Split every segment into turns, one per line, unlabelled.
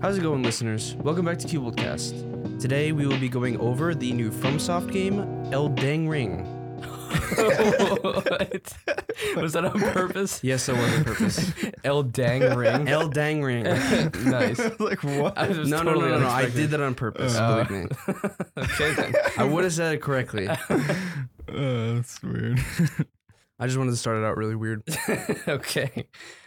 How's it going, listeners? Welcome back to Cubeldcast. Today we will be going over the new FromSoft game, El Dang Ring.
what? Was that on purpose?
Yes, that was on purpose.
El Dang Ring.
El Dang Ring. No,
nice.
like what?
I was
no,
totally
no, no, no. I
unexpected.
did that on purpose.
Oh.
believe me.
Okay then.
I would have said it correctly.
Uh, that's weird.
I just wanted to start it out really weird.
okay.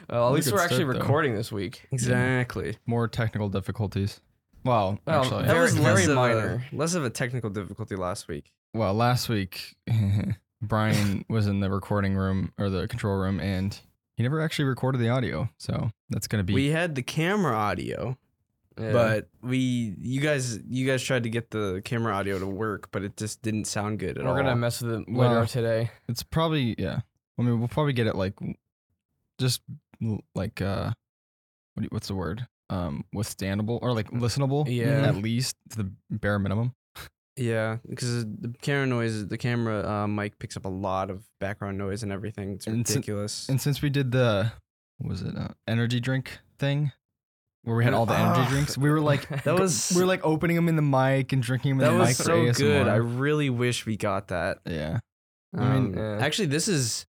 Well, at least
could
we're actually
start, though.
recording this week.
Exactly.
More technical difficulties. Well,
Well,
actually,
that was
very-
less-
of a-
minor.
less of a technical difficulty last week.
well, last week Brian was in the recording room or the control room, and he never actually recorded the audio. So that's gonna be
We had the camera audio,
Yeah.
but we you guys you guys tried to get the camera audio to work, but it just didn't sound good at
we're
all.
gonna mess with it later
Well,
today.
It's probably yeah. I mean, we'll probably get it like just l- like uh, what do you- what's the word? Um, withstandable or like listenable.
Yeah.
at least to the bare minimum.
yeah, because the camera noise, the camera uh, mic picks up a lot of background noise and everything. It's
And si-
ridiculous.
And since we did the what was it uh, energy drink thing, where we had all the
Ah.
energy drinks, we were like
that was
we were like opening them in the mic and drinking them
that
in the
was
mic for
so good. I
ASMR.
really wish we got that.
yeah,
I
I
mean,
mean-
Yeah.
actually, this is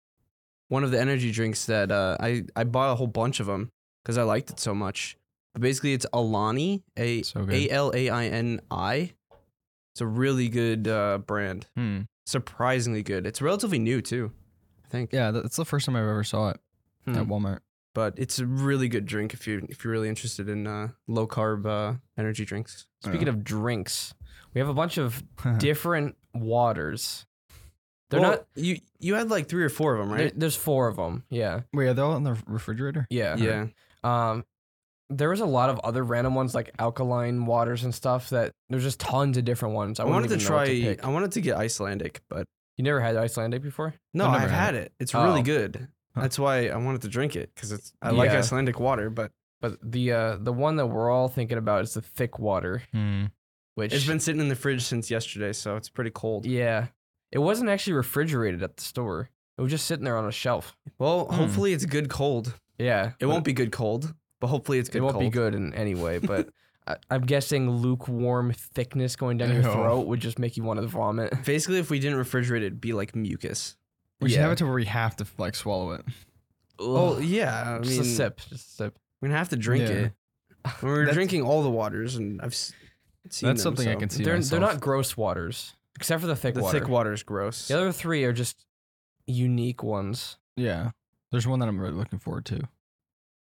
one of the energy drinks that uh, I I bought a whole bunch of them because I liked it so much. But basically, it's Alani, a
so good.
A L A I N I. It's a really good uh, brand.
Hmm.
Surprisingly good. It's relatively new too, I think.
Yeah, that- that's the first time I've ever saw it
Hmm.
at Walmart.
But it's a really good drink if you if you're really interested in uh, low carb uh, energy drinks.
Speaking of drinks, we have a bunch of different waters. They're
Well,
not.
You you had like three or four of them,
there-
right?
there's four of them. Yeah.
wait, are they all in the refrigerator?
Yeah.
yeah.
Um, there was a lot of other random ones like alkaline waters and stuff. That there's just tons of different ones. I,
I,
wouldn't
wanted to
even know what
try.
pick.
I wanted to get Icelandic, but
You never had Icelandic before?
no,
I've
I've,
never
had
had
it. It's
Oh.
really good.
Huh.
That's why I wanted to drink it because it's I like
Yeah.
Icelandic water, but
But the uh, the one that we're all thinking about is the thick water,
Hmm.
which
it's been sitting in the fridge since yesterday, so it's pretty cold.
yeah, it wasn't actually refrigerated at the store. It was just sitting there on a shelf.
Well,
Hmm.
hopefully it's good cold.
Yeah,
It won't be good cold, but hopefully it's good.
it won't be
cold.
good in any way. But I, I'm guessing lukewarm thickness going down your
Ew.
throat would just make you want to vomit.
Basically, if we didn't refrigerate it, it'd be like mucus.
We should
Yeah.
have it to where we have to like swallow it.
Oh
Ugh.
yeah, I
just
mean,
a sip, just a sip.
we're gonna have to drink
Yeah.
it. When we were
That's-
drinking all the waters, and I've s- seen them,
That's something I
so-
can see.
They're they're
myself.
not gross waters except for the thick
The
water.
thick water is gross.
The other three are just unique ones.
Yeah, there's one that I'm really looking forward to.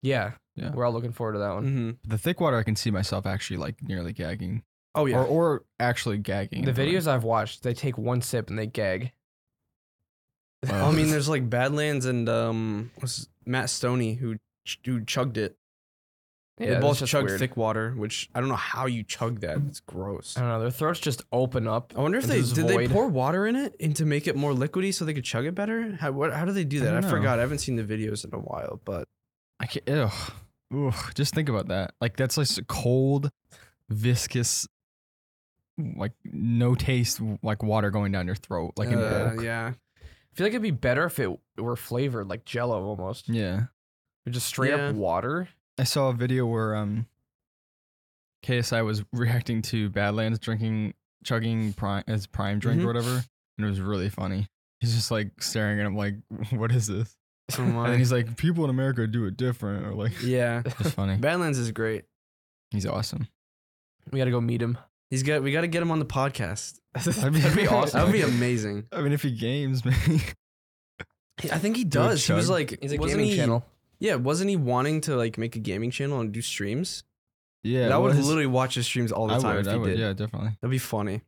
Yeah,
Yeah.
we're all looking forward to that one.
hmm
The thick water, I can see myself actually like nearly gagging,
Oh yeah,
or or actually gagging.
Mm-hmm.
The
in front of
videos I've watched, they take one sip and they gag.
it.
I mean, there's like Badlands and um, was Matt Stoney who ch- who chugged it. they
that's
both
just
chugged
weird.
thick water, which I don't know how you chug that. It's gross.
I don't know. Their throats just open up.
I wonder if
into
they
this
did they
void.
pour water in it and to make it more liquidy so they could chug it better. How what, how do they do
I
that? I,
don't know.
forgot. I haven't seen the videos in a while, but
I can't. Ugh. Ugh. Just think about that. Like that's like s- cold, viscous, like no taste, like water going down your throat, like in
Uh,
bulk.
yeah,
I feel like it'd be better if it were flavored like Jello almost,
Yeah.
Or just straight
Yeah.
up water.
I saw a video where um, KSI was reacting to Badlands drinking, chugging prime as prime drink
Mhm.
or whatever, and it was really funny. He's just like staring at him like, "What is this?"
Oh
And
my.
then he's like, "People in America do it different," or like,
yeah.
it's funny.
Badlands is great.
He's awesome.
We gotta go meet him.
He's got. We got to get him on the podcast.
That'd be,
awesome.
That would be amazing.
I mean, if he games, man.
I think he
Do a
does. He was
chug.
like,
He's a
wasn't
gaming
he-
channel.
Yeah, wasn't he wanting to like make a gaming channel and do streams?
yeah,
And I would
well, his-
literally watch his streams all the
I
time if
would, I
he
would,
did.
yeah, definitely.
That'd be funny.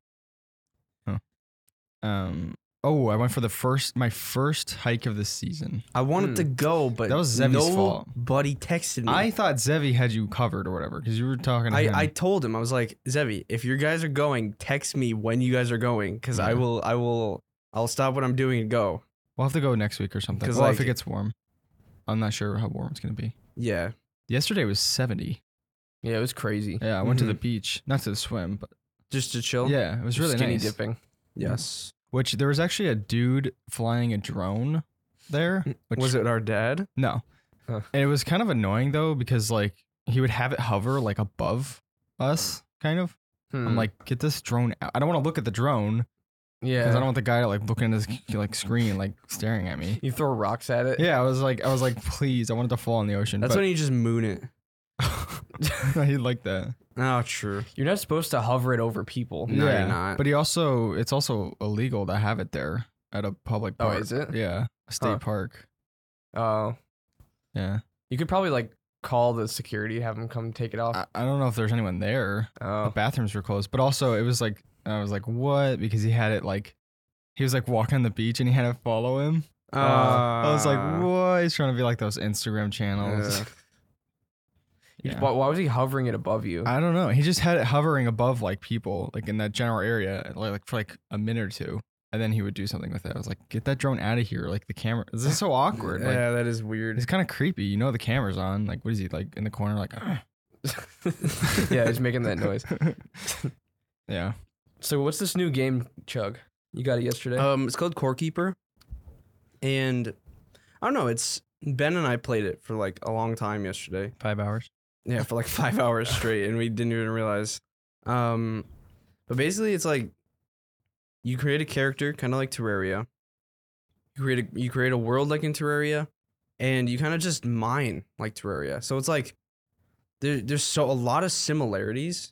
Um, oh, I went for the first, my first hike of the season.
I wanted
Hmm.
to go, but
That was Zevi's fault.
Buddy texted me.
I thought Zevi had you covered or whatever because you were talking. To
I,
him.
I told him I was like Zevi, if you guys are going, text me when you guys are going, because I
Yeah.
will I will I'll stop what I'm doing and go.
We'll have to go next week or something.
'Cause,
Well, if
like-
it gets warm, I'm not sure how warm it's gonna be.
Yeah,
Yesterday was 70.
Yeah, it was crazy.
Yeah, I went
Mm-hmm.
to the beach, not to swim, but
just to chill.
yeah, it was really
Skinny
nice.
dipping.
Yes.
Which there was actually a dude flying a drone there. Which
Mm, was it our dad?
No.
Huh.
And it was kind of annoying though because like he would have it hover like above us, kind of. I'm
Hmm.
like, get this drone out. I don't want to look at the drone
Yeah.
because I don't want the guy to like looking at his like screen, like staring at me.
you throw rocks at it.
Yeah, I was like, I was like, please, I wanted to fall in the ocean.
that's
but
when you just moon it.
he liked that.
Oh, true.
You're not supposed to hover it over people.
No, you're not.
But he also, it's also illegal to have it there at a public
Oh,
park.
is it?
Yeah, a state
Huh.
park.
Oh.
Yeah,
you could probably like call the security, have them come take it
Oh.
off.
I, I don't know if there's anyone there. The
oh.
bathrooms were closed, but also it was like I was like, what? Because he had it like, he was like walking on the beach and he had it follow him.
Uh,
I was like, what? He's trying to be like those Instagram channels.
yeah.
Yeah.
Why, why was he hovering it above you?
I don't know. He just had it hovering above like people, like in that general area, like, like for like a minute or two, and then he would do something with it. I was like, get that drone out of here! Like the camera. This is so awkward. Like,
yeah, that is weird.
It's kind of creepy. You know the camera's on. Like, what is he like in the corner? Like, "Ah."
yeah, he's making that noise.
yeah.
So what's this new game, Chug? You got it yesterday.
Uh,
Um, it's called Core Keeper, and I don't know. It's Ben and I played it for like a long time yesterday.
Five hours.
Yeah, for like five hours straight, and we didn't even realize. Um, but basically, it's like you create a character, kind of like Terraria. You create a you create a world like in Terraria, and you kind of just mine like Terraria. So it's like there there's so a lot of similarities,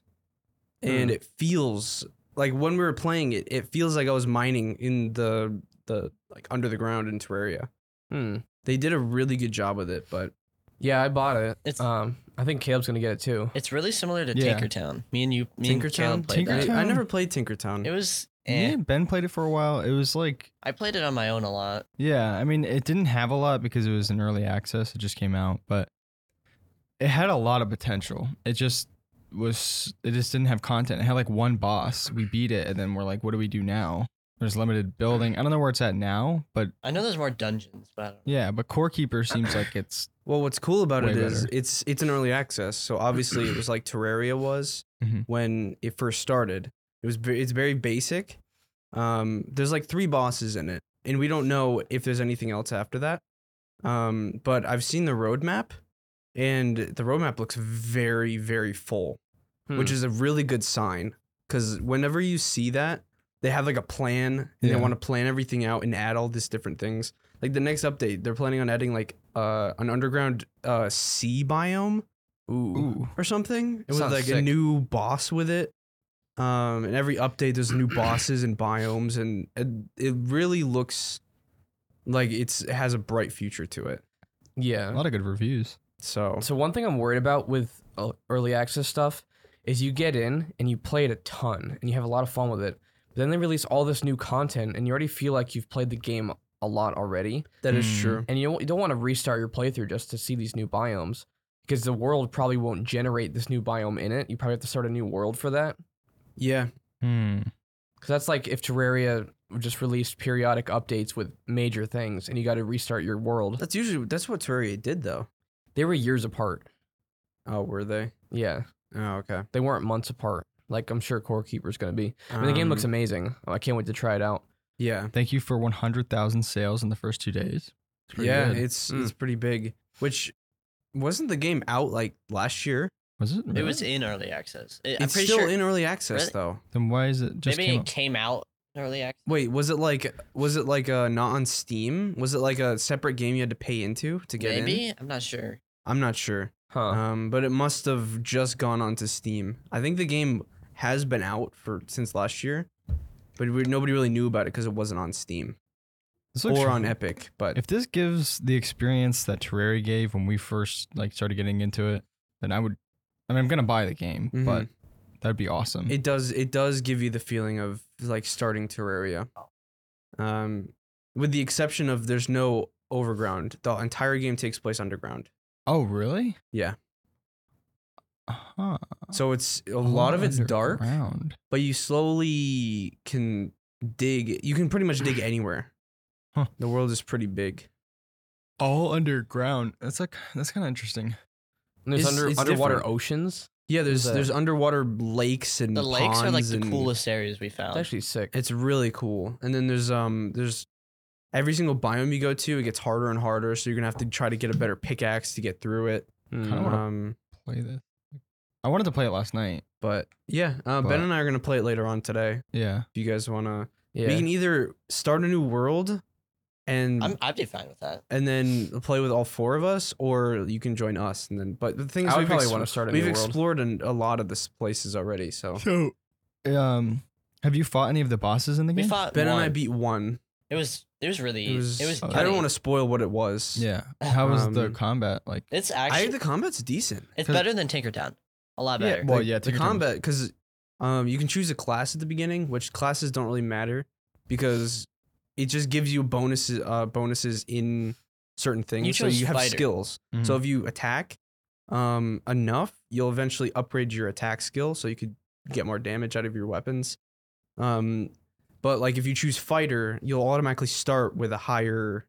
and it feels like when we were playing it, it feels like I was mining in the the like under the ground in Terraria.
Hmm.
They did a really good job with it, but
Yeah, I bought it.
It's-
um, I think Caleb's gonna get it too.
It's really similar to
Yeah.
Tinkertown. Me and you, me and
Tinkertown,
Caleb played
I,
that.
I
Tinkertown?
never played Tinkertown.
It was.
Me
Eh.
and Ben played it for a while. It was like,
I played it on my own a lot.
yeah. I mean, it didn't have a lot because it was an early access. It just came out, but it had a lot of potential. It just was. It just didn't have content. It had like one boss. We beat it, and then we're like, what do we do now? There's limited building. I don't know where it's at now, but
I know there's more dungeons, but I don't know.
yeah. But Core Keeper seems like it's.
Well, what's cool about
Way
it is
better.
it's it's an early access, so obviously it was like Terraria was
Mhm.
when it first started. It was ve- it's very basic. Um, there's like three bosses in it, and we don't know if there's anything else after that. Um, but I've seen the roadmap, and the roadmap looks very very full,
Hmm.
which is a really good sign because whenever you see that. They have like a plan and they
Yeah.
want to plan everything out and add all these different things like the next update they're planning on adding like uh an underground uh sea biome
Ooh.
Ooh.
or something it was
Sounds
like a
sick.
new boss with it um and every update there's new bosses and biomes and it, it really looks like it's it has a bright future to it
Yeah.
A lot of good reviews.
so
So one thing I'm worried about with uh, early access stuff is you get in and you play it a ton and you have a lot of fun with it. But then they release all this new content and you already feel like you've played the game a lot already.
that is
Hmm.
true
And you don't, you don't want to restart your playthrough just to see these new biomes because the world probably won't generate this new biome in it. You probably have to start a new world for that.
yeah
Hmm.
Because that's like if Terraria just released periodic updates with major things and you got to restart your world.
that's usually that's what terraria did though
They were years apart.
oh were they
Yeah.
oh okay
They weren't months apart. Like I'm sure Core Keeper's going to be. I mean, the game looks
Um,
amazing. I can't wait to try it out.
yeah
Thank you for 100,000 sales in the first two days. It's pretty
yeah
good.
it's
Mm.
it's pretty big which wasn't the game out like last year
was it?
It was
really?
in early access. It, I'm
It's
pretty
still
sure.
in early access
Really?
though.
Then why is it just
maybe
came
it
up?
came out in early access.
Wait, was it like was it like uh not on Steam? Was it like a separate game you had to pay into to get in?
Maybe I'm not sure.
I'm not sure.
Huh.
Um, but it must have just gone onto Steam. I think the game has been out for since last year, but we, nobody really knew about it because it wasn't on Steam
This looks
or on
fun.
Epic. But
If this gives the experience that Terraria gave when we first like started getting into it, then I would. I mean, I'm gonna buy the game,
Mhm.
but that'd be awesome.
it does it does give you the feeling of like starting Terraria. Um, with the exception of there's no overground. The entire game takes place underground.
oh, really?
Yeah.
Huh.
So it's a lot of it's dark.
Oh. Underground.
but you slowly can dig. You can pretty much dig anywhere.
Huh.
The world is pretty big.
All underground. That's like that's kind of interesting.
And there's
it's-
under,
it's
underwater
different.
oceans.
Yeah, there's
Is that-
there's underwater lakes and
The lakes are like
ponds
the
and-
coolest areas we found.
It's actually sick.
It's really cool. And then there's um there's every single biome you go to, it gets harder and harder. So you're gonna have to try to get a better pickaxe to get through it.
Mm.
Kinda wanna-
Um,
play this. I wanted to play it last night, but
Yeah, uh,
But-
Ben and I are gonna play it later on today.
yeah,
If you guys wanna,
Yeah.
we can either start a new world, and
I'm, I'd be fine with that.
and then play with all four of us, or you can join us. And then, but the thing is,
I would
we've
probably
ex-
want to start a
we've
new world.
explored an, a lot of this places already. So
So, um, have you fought any of the bosses in the
We
game?
fought
Ben and I
one.
beat one.
It was it was really
It was.
it was.
I don't want to spoil what it was.
Yeah. How was the
Um,
combat like?
It's
I think
actually
the combat's decent.
it's
'cause-
better than Tinkertown. A lot better.
well,
the,
yeah,
the
Tinker Town was-
combat because um, you can choose a class at the beginning, which classes don't really matter because it just gives you bonuses uh, bonuses in certain things. so
chose
you have
fighter.
skills.
Mm-hmm.
So if you attack um, enough, you'll eventually upgrade your attack skill, so you could get more damage out of your weapons. Um, but like if you choose fighter, you'll automatically start with a higher,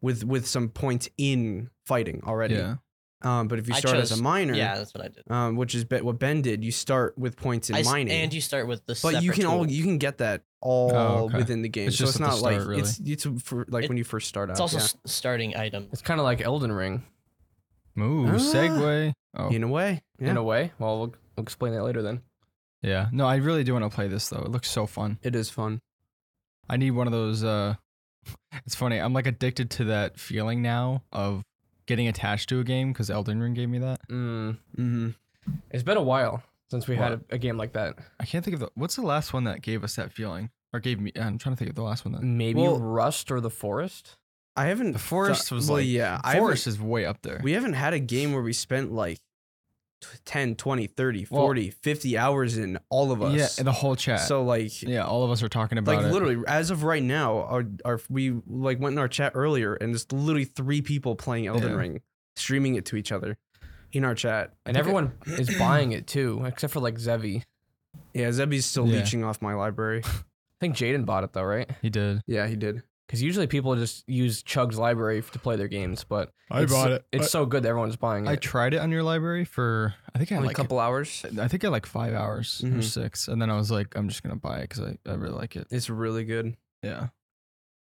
with with some points in fighting already.
yeah,
Um, but if you
I
start as
chose-
a minor,
yeah, that's what I did.
um, which is be- what Ben did. You start with points in
I s-
mining,
and you start with the.
but you
separate
can all
tool.
you can get that all
Oh, okay.
within the game.
It's
so
just
it's
at the
not like
start, really.
it's it's for, like
It-
when you first start out.
It's also
yeah.
s- starting item.
It's kind of like Elden Ring
Ooh,
Ah.
segue. Oh,
in a way. Yeah.
in a way. Well, well, we'll explain that later then.
yeah. No, I really do want to play this though. It looks so fun.
it is fun.
I need one of those. Uh, it's funny. I'm like addicted to that feeling now of getting attached to a game because Elden Ring gave me that.
Mm,
Mm-hmm.
hmm
it's been a while since we had a, a game like that.
I can't think of the. What's the last one that gave us that feeling or gave me? I'm trying to think of the last one.
Mm,
That,
Maybe
Well-
Rust or the Forest.
I haven't.
The forest was
well,
like-
yeah. I haven't-
Forest is way up there.
we haven't had a game where we spent like tw- 10, 20, 30,
Well-
40, 50 hours in all of
yeah,
us.
and the whole chat.
so like
yeah, all of us are talking about
like
it.
literally as of right now our, our we like went in our chat earlier and there's literally three people playing elden
Yeah.
ring streaming it to each other in our chat
And everyone is buying it too, except for like Zevi. I
yeah zebby's still
Yeah.
leeching off my library
think Jaden bought it though, right?
He did.
yeah he did
Because usually people just use Chug's library f- to play their games, but
I
it's,
bought it.
It's
I-
so good that everyone's buying it.
I tried it on your library for I think I had
only
like
a couple hours
I think I had like five hours or
Mhm.
six, and then I was like, I'm just gonna buy it because I, I really like it.
it's really good
Yeah,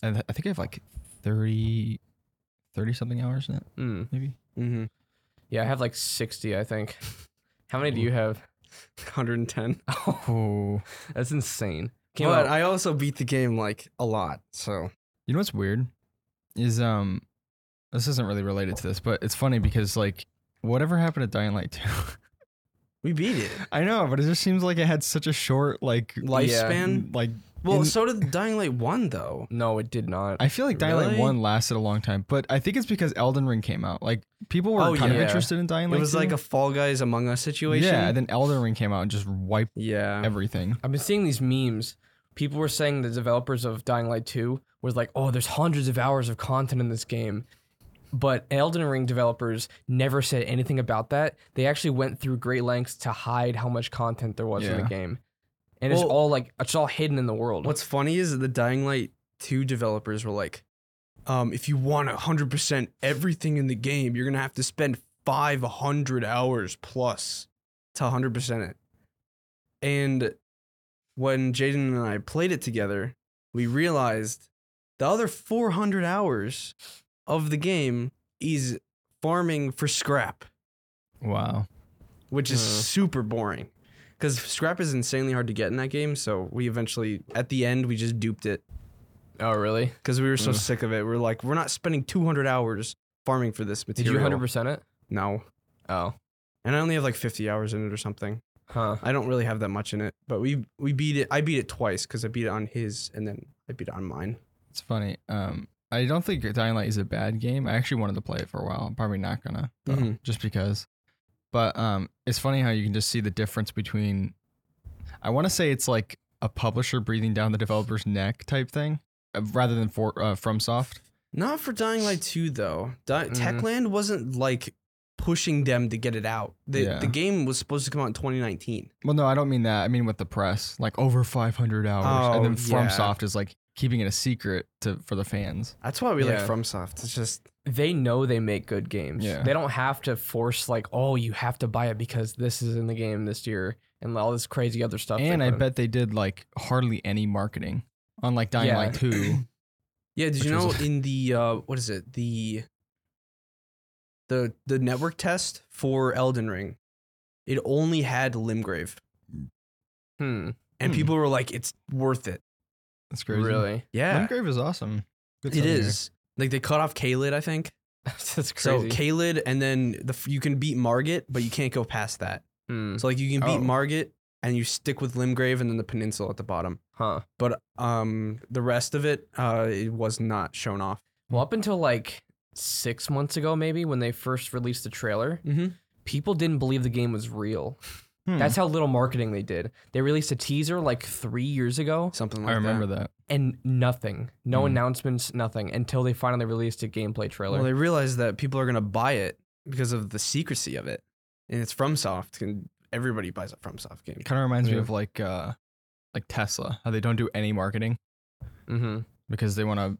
and th- I think I have like 30, 30 something hours in it,
Mm.
maybe.
mm-hmm.
Yeah, I have like sixty, I think. How many do you have?
110
Oh,
That's insane. Came
but
out-
i also beat the game like a lot so
you know what's weird is um, this isn't really related to this, but it's funny because like whatever happened to Dying Light two.
we beat it
I know, but it just seems like it had such a short like
Lifespan?
Like
well
In-
so did dying light 1 though
no, it did not.
I feel like Dying
Really?
Light one lasted a long time, but I think it's because Elden Ring came out. Like people were
Oh,
kind
yeah.
of interested in Dying
it
Light.
was
2.
like a fall guys among us situation
Yeah, and then Elden Ring came out and just wiped
yeah
everything.
I've been seeing these memes. People were saying the developers of Dying Light 2 was like, oh, there's hundreds of hours of content in this game. But Elden Ring developers never said anything about that. They actually went through great lengths to hide how much content there was in the
Yeah.
game. And it's
Well-
all like, it's all hidden in the world.
What's funny is that the Dying Light 2 developers were like, um, if you want 100% everything in the game, you're going to have to spend 500 hours plus to 100% it. And when Jaden and I played it together, we realized the other 400 hours of the game is farming for scrap,
Wow.
which is
Hmm.
super boring. Because scrap is insanely hard to get in that game, so we eventually, at the end, we just duped it
oh, really?
because we were so
Ugh.
sick of it. We are like, we're not spending 200 hours farming for this
Did
material.
you 100% it?
No.
Oh.
And I only have like 50 hours in it or something.
Huh.
I don't really have that much in it, but we we beat it. I beat it twice because I beat it on his and then I beat it on mine.
It's funny. Um I don't think Dying Light is a bad game. I actually wanted to play it for a while. I'm probably not gonna though,
Mhm.
just because. But um it's funny how you can just see the difference between I want to say it's like a publisher breathing down the developer's neck type thing uh, rather than for uh, FromSoft.
Not for Dying Light 2 though. Di-
Mhm.
Techland wasn't like pushing them to get it out. The
Yeah.
the game was supposed to come out in 2019.
Well, no, I don't mean that. I mean with the press, like over 500 hours,
Oh,
and then
yeah.
FromSoft is like keeping it a secret to for the fans.
That's why we like
Yeah.
FromSoft. It's just
They know they make good games.
Yeah.
They don't have to force, like, oh, you have to buy it because this is in the game this year and all this crazy other stuff. they
And I
put in.
bet they did like hardly any marketing on like Dying
Yeah.
Light 2.
Yeah, did you
which
know
was-
in the uh what is it? The the the network test for Elden Ring, it only had Limgrave,
Hmm.
and
Hmm.
people were like, "It's worth it."
That's crazy.
Really?
Yeah,
Limgrave is awesome. Good
it
stuff here.
is. Like they cut off Kalid, I think.
That's
So
crazy.
Kalid, and then the f- you can beat Margit, but you can't go past that.
hmm.
So like you can beat
Oh.
Margit, and you stick with Limgrave, and then the peninsula at the bottom.
Huh.
But um, the rest of it, uh, it was not shown off.
Well, up until like six months ago, maybe when they first released the trailer,
Mm-hmm.
people didn't believe the game was real.
Hmm.
That's how little marketing they did. They released a teaser like three years ago
Something like
I remember
that.
that.
and nothing, no
Hmm.
announcements, nothing until they finally released a gameplay trailer.
Well, they realized that people are gonna buy it because of the secrecy of it, and it's FromSoft, and everybody buys a FromSoft game.
Kind of reminds me
Yeah.
of like uh like Tesla, how they don't do any marketing
mm-hmm.
because they want to.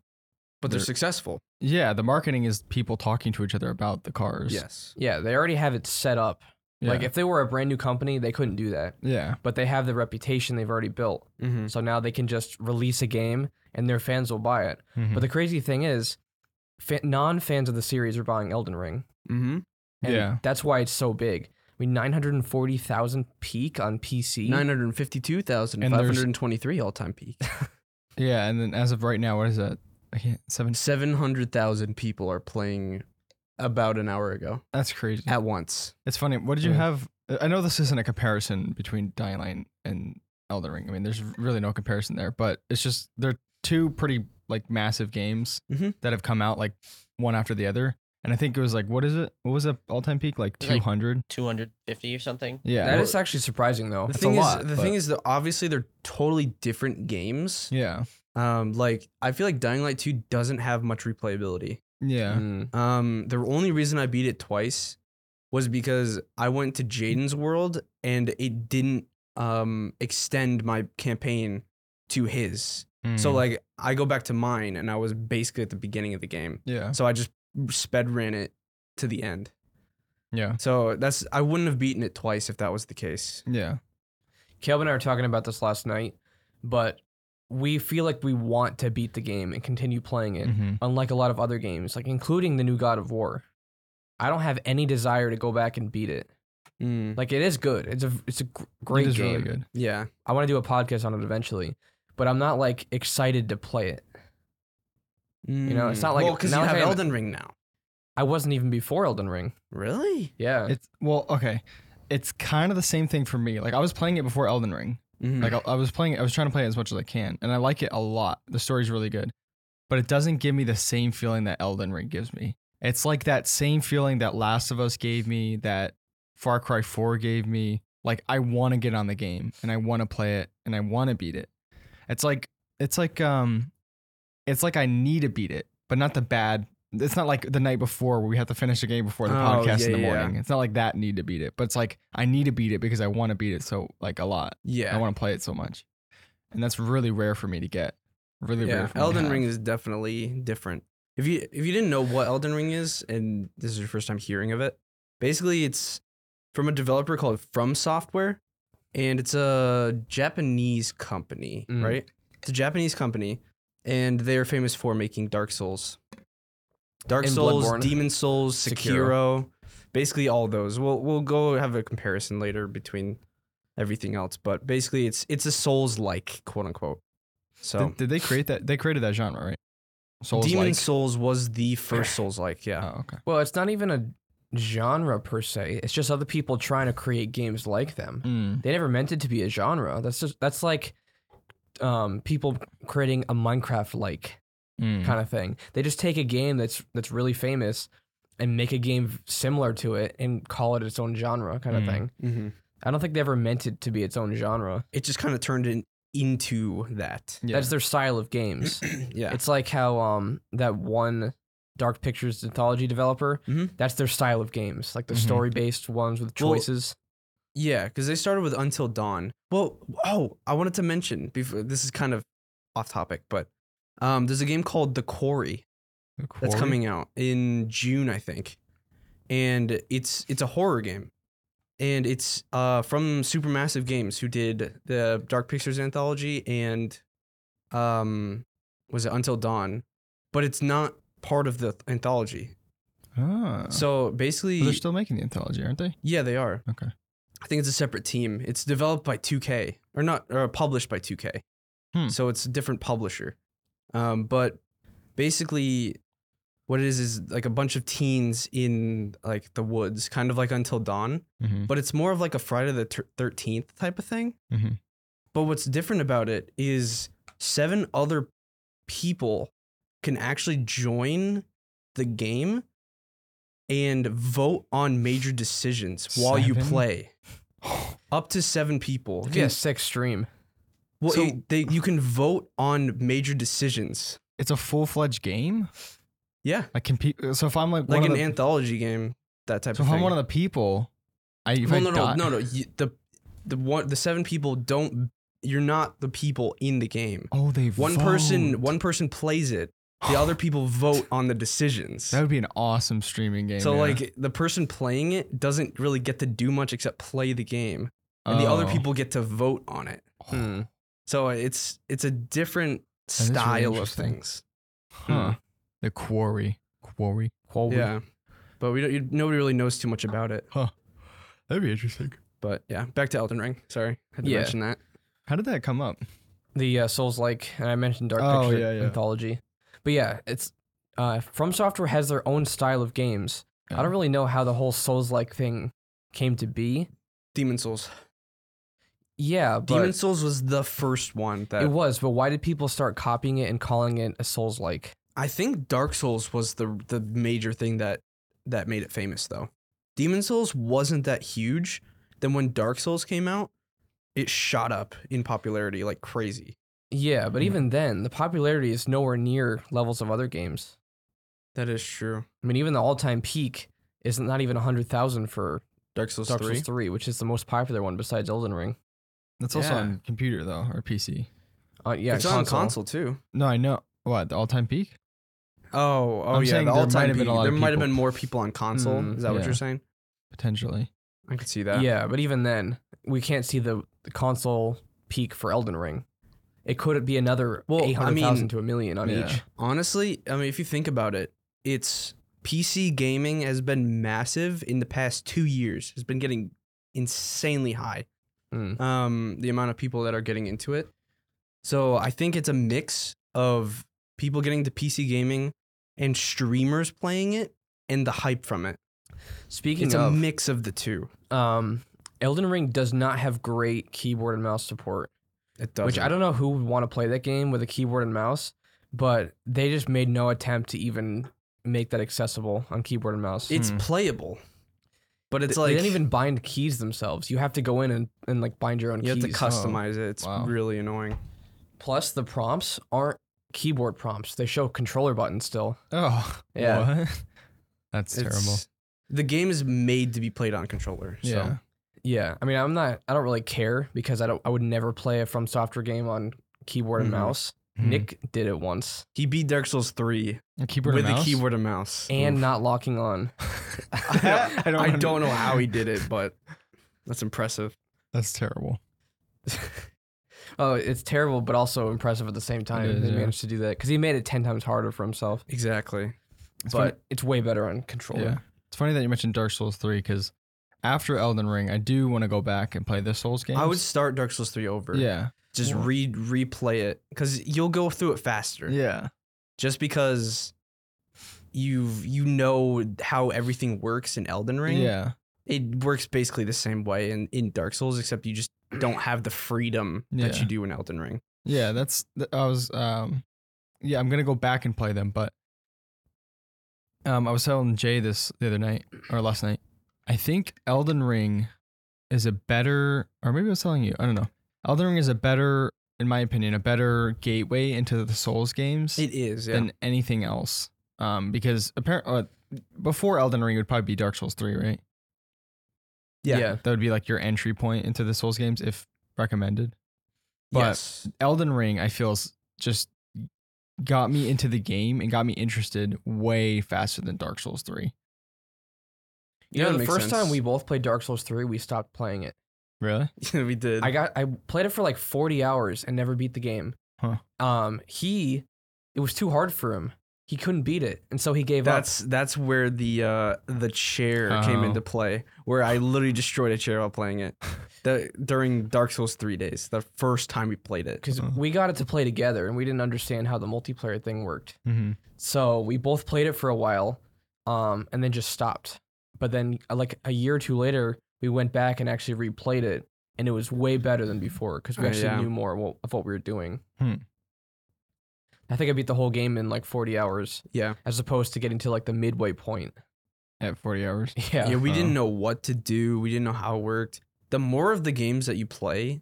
But they're
They're-
successful.
Yeah, the marketing is people talking to each other about the cars.
Yes.
Yeah, they already have it set up.
yeah.
Like if they were a brand new company, they couldn't do that.
yeah,
But they have the reputation they've already built.
Mm-hmm.
So now they can just release a game and their fans will buy it.
Hmm.
But the crazy thing is, fa- non fans of the series are buying Elden Ring.
Mm-hmm.
And
Yeah.
That's why it's so big. I mean, 940,000 peak on PC.
Nine hundred fifty-two thousand five hundred twenty-three all-time peak.
yeah, and then as of right now, what is that? I can't seven.
Seven hundred thousand people are playing about an hour ago
That's crazy.
at once.
It's funny. What did you
Yeah.
have? I know this isn't a comparison between Dying Light and Elden Ring. I mean, there's really no comparison there, but it's just they're two pretty like massive games
Mhm.
that have come out like one after the other. And I think it was like, what is it? What was the all time peak? Like
It's like-
200?
250 or something.
yeah.
That is actually surprising, though.
The
That's a
thing is,
lot,
the
but-
thing is that obviously they're totally different games.
yeah.
Um, like I feel like Dying Light Two doesn't have much replayability.
Yeah.
Mm.
Um, the only reason I beat it twice was because I went to Jaden's world and it didn't um extend my campaign to his. So
Mm.
like I go back to mine and I was basically at the beginning of the game.
yeah.
So I just sped ran it to the end.
Yeah.
So that's I wouldn't have beaten it twice if that was the case.
Yeah.
Caleb and I were talking about this last night, but we feel like we want to beat the game and continue playing it,
Mm-hmm.
unlike a lot of other games, like including the new God of War. I don't have any desire to go back and beat it.
Mm,
Like it is good. It's a it's a gr- great
it is
game.
really good.
yeah.
I want to do a podcast on it eventually, but I'm not like excited to play it. know, it's
Mm.
not like-
well because you
not like
have
I'm-
Elden Ring now.
I wasn't even before Elden Ring.
Really?
Yeah.
It's well, okay. It's kind of the same thing for me. Like I was playing it before Elden Ring.
Mhm.
Like I, I was playing, I was trying to play it as much as I can, and I like it a lot. The story's really good, but it doesn't give me the same feeling that Elden Ring gives me. It's like that same feeling that Last of Us gave me, that Far Cry Four gave me. Like I want to get on the game and I want to play it and I want to beat it. It's like it's like um, it's like I need to beat it, but not the bad. It's not like the night before where we have to finish the game before the
Oh,
podcast in
yeah, yeah,
the
yeah.
morning. It's not like that need to beat it, but it's like I need to beat it because I want to beat it so like a lot. I
yeah.
want to play it so much, and that's really rare for me to get. Really rare.
yeah,
For me to
Elden
have.
Ring is definitely different. If you if you didn't know what Elden Ring is, and this is your first time hearing of it, basically it's from a developer called From Software, and it's a Japanese company,
Mm.
right? It's a Japanese company, and they are famous for making Dark Souls, Dark
And
Souls,
Bloodborne.
Demon Souls,
Sekiro.
Sekiro, basically all those. We'll we'll go have a comparison later between everything else, but basically it's it's a Souls like quote unquote. So
Did, did they create that? They created that genre, right? Souls
Demon Souls was the first Souls like, yeah.
Oh, okay.
Well, it's not even a genre per se. It's just other people trying to create games like them.
Mm.
They never meant it to be a genre. That's just that's like um people creating a Minecraft like
Mm.
Mm-hmm.
kind of thing. They just take a game that's that's really famous and make a game similar to it and call it its own genre kind of
Mm-hmm.
Mm.
thing. I don't think they ever meant it to be its own genre.
It just kind of turned in, into that.
yeah.
That's their style of games.
yeah.
It's like how um that one Dark Pictures anthology developer.
Mhm.
That's their style of games, like the
Mhm.
story based ones with
Mm-hmm. Well-
choices.
yeah, because they started with Until Dawn. Well, oh, I wanted to mention before this is kind of off topic, but um, there's a game called The Quarry
The
that's
quarry?
coming out in June, I think. And it's it's a horror game. And it's uh from Supermassive Games who did the Dark Pictures anthology and um was it Until Dawn? But it's not part of the anthology.
Ah. So
So basically,
they're still making the anthology, aren't they?
yeah, they are.
Okay.
I think it's a separate team. It's developed by 2K or not or published by 2K.
Hmm.
So it's a different publisher. Um, but basically what it is is like a bunch of teens in like the woods, kind of like Until Dawn,
Mm-hmm.
but it's more of like a Friday the thir- 13th type of thing.
Mhm.
But what's different about it is seven other people can actually join the game and vote on major decisions while you
Seven?
play. Up to seven people.
It'd be a
Yes.
sick stream.
Well,
So-
it- they, you can vote on major decisions.
It's a full fledged game.
Yeah,
Like can people? So if I'm like,
like
one
an
of the,
anthology game, that type
so
of
if
thing.
I'm one of the people, I if
well,
I
no, no,
die-
no, no. You, the the one the seven people don't. You're not the people in the game.
Oh, they
One person,
vote.
one person plays it. The other people vote on the decisions.
That would be an awesome streaming game.
So
yeah.
like the person playing it doesn't really get to do much except play the game, and the other
Oh.
people get to vote on it.
Hmm.
So it's it's a different
is really
style of
interesting.
things.
Huh. The quarry. Quarry. Quarry.
Yeah, but we don't. You, nobody really knows too much about it.
That'd be interesting.
But yeah, back to Elden Ring. Sorry, had to
Yeah.
mention that.
How did that come up?
The uh, Souls like, and I mentioned Dark
Oh,
Picture
yeah, yeah.
Anthology. But yeah, it's uh, From Software has their own style of games. I
Yeah.
don't really know how the whole Souls like thing came to be.
Demon Souls.
Yeah, but
Demon Souls was the first one that
it was. But why did people start copying it and calling it a Souls like?
I think Dark Souls was the the major thing that that made it famous though. Demon Souls wasn't that huge. Then when Dark Souls came out, it shot up in popularity like crazy.
Yeah, but even then, the popularity is nowhere near levels of other games.
That is true.
I mean, even the all-time peak is not even hundred thousand for
Dark Souls
Dark
3.
Souls Three, which is the most popular one besides Elden Ring.
That's also
Yeah.
on computer though, or PC.
Uh, yeah,
it's on console too.
No, I know. What the all-time peak?
Oh, oh
I'm
yeah.
saying
The
there
all
might
time
have been a lot
there
of
might have
people.
been more people on console.
Mm,
is that what
yeah.
you're saying?
Potentially.
I could see that.
Yeah. but even then, we can't see the, the console peak for Elden Ring. It could be another
Well, I
eight hundred thousand
mean-
to a million on
Yeah.
each.
Honestly, I mean, if you think about it, it's PC gaming has been massive in the past two years. It's been getting insanely high.
Mm.
Um, the amount of people that are getting into it. So I think it's a mix of people getting to PC gaming and streamers playing it and the hype from it.
Speaking
it's a
of,
mix of the two.
um, Elden Ring does not have great keyboard and mouse support,
It does.
which I don't know who would want to play that game with a keyboard and mouse, but they just made no attempt to even make that accessible on keyboard and mouse.
It's
Hmm.
playable, but it's
They-
like
they didn't even bind keys themselves. You have to go in and, and like bind your own
you have
keys.
to customize it. It's
Wow.
really annoying.
Plus, the prompts aren't keyboard prompts; they show controller buttons still.
Oh.
Yeah.
What? That's terrible.
It's- The game is made to be played on controller. So.
Yeah.
Yeah, I mean, I'm not. I don't really care because I don't. I would never play a From Software game on keyboard
Mhm.
and mouse.
Mhm.
Nick did it once
He beat Dark Souls 3
Hmm. A keyboard
with
and
a
mouse?
keyboard and mouse.
and not locking on.
I don't, I
under-
don't know how he did it, but that's impressive.
That's terrible.
Oh, it's terrible, but also impressive at the same time.
is,
they
yeah.
managed to do that because he made it ten times harder for himself.
Exactly.
It's
but it's way better on
funny,
controller.
yeah. It's funny that you mentioned Dark Souls 3 cuz after Elden Ring, I do want to go back and play the Souls games.
I would start Dark Souls 3 over.
Yeah.
Just
Yeah.
re replay it cuz you'll go through it faster.
Yeah.
Just because you've you know how everything works in Elden Ring.
Yeah.
It works basically the same way in, in Dark Souls except you just don't have the freedom that
Yeah.
you do in Elden Ring.
Yeah, that's th- I was um yeah, I'm going to go back and play them, but um I was telling Jay this the other night or last night. I think Elden Ring is a better or maybe I was telling you, I don't know. Elden Ring is a better in my opinion, a better gateway into the Souls games
It is, yeah.
than anything else. Um because apparently uh, before Elden Ring it would probably be Dark Souls 3, right?
yeah.
yeah.
That would be like your entry point into the Souls games if recommended. But-
yes.
Elden Ring, I feel, s- just got me into the game and got me interested way faster than Dark Souls 3.
You
Yeah, that
know, the
makes
first time
sense.
we both played Dark Souls three, we stopped playing it.
Really?
we did.
I got I played it for like 40 hours and never beat the game.
Huh.
Um, he it was too hard for him. he couldn't beat it, and so he gave up.
That's that's where the uh, the chair came
Oh.
into play, where I literally destroyed a chair while playing it. The, during Dark Souls three days, the first time we played it.
Because
Oh.
we got it to play together, and we didn't understand how the multiplayer thing worked.
Mm-hmm.
So we both played it for a while, um, and then just stopped. But then, uh, like a year or two later, we went back and actually replayed it, and it was way better than before because we
Oh,
actually
yeah.
knew more wha- of what we were doing.
Hmm.
I think I beat the whole game in like 40 hours.
Yeah.
As opposed to getting to like the midway point.
At 40 hours.
Yeah.
Yeah, we
Uh-huh.
didn't know what to do. We didn't know how it worked. The more of the games that you play,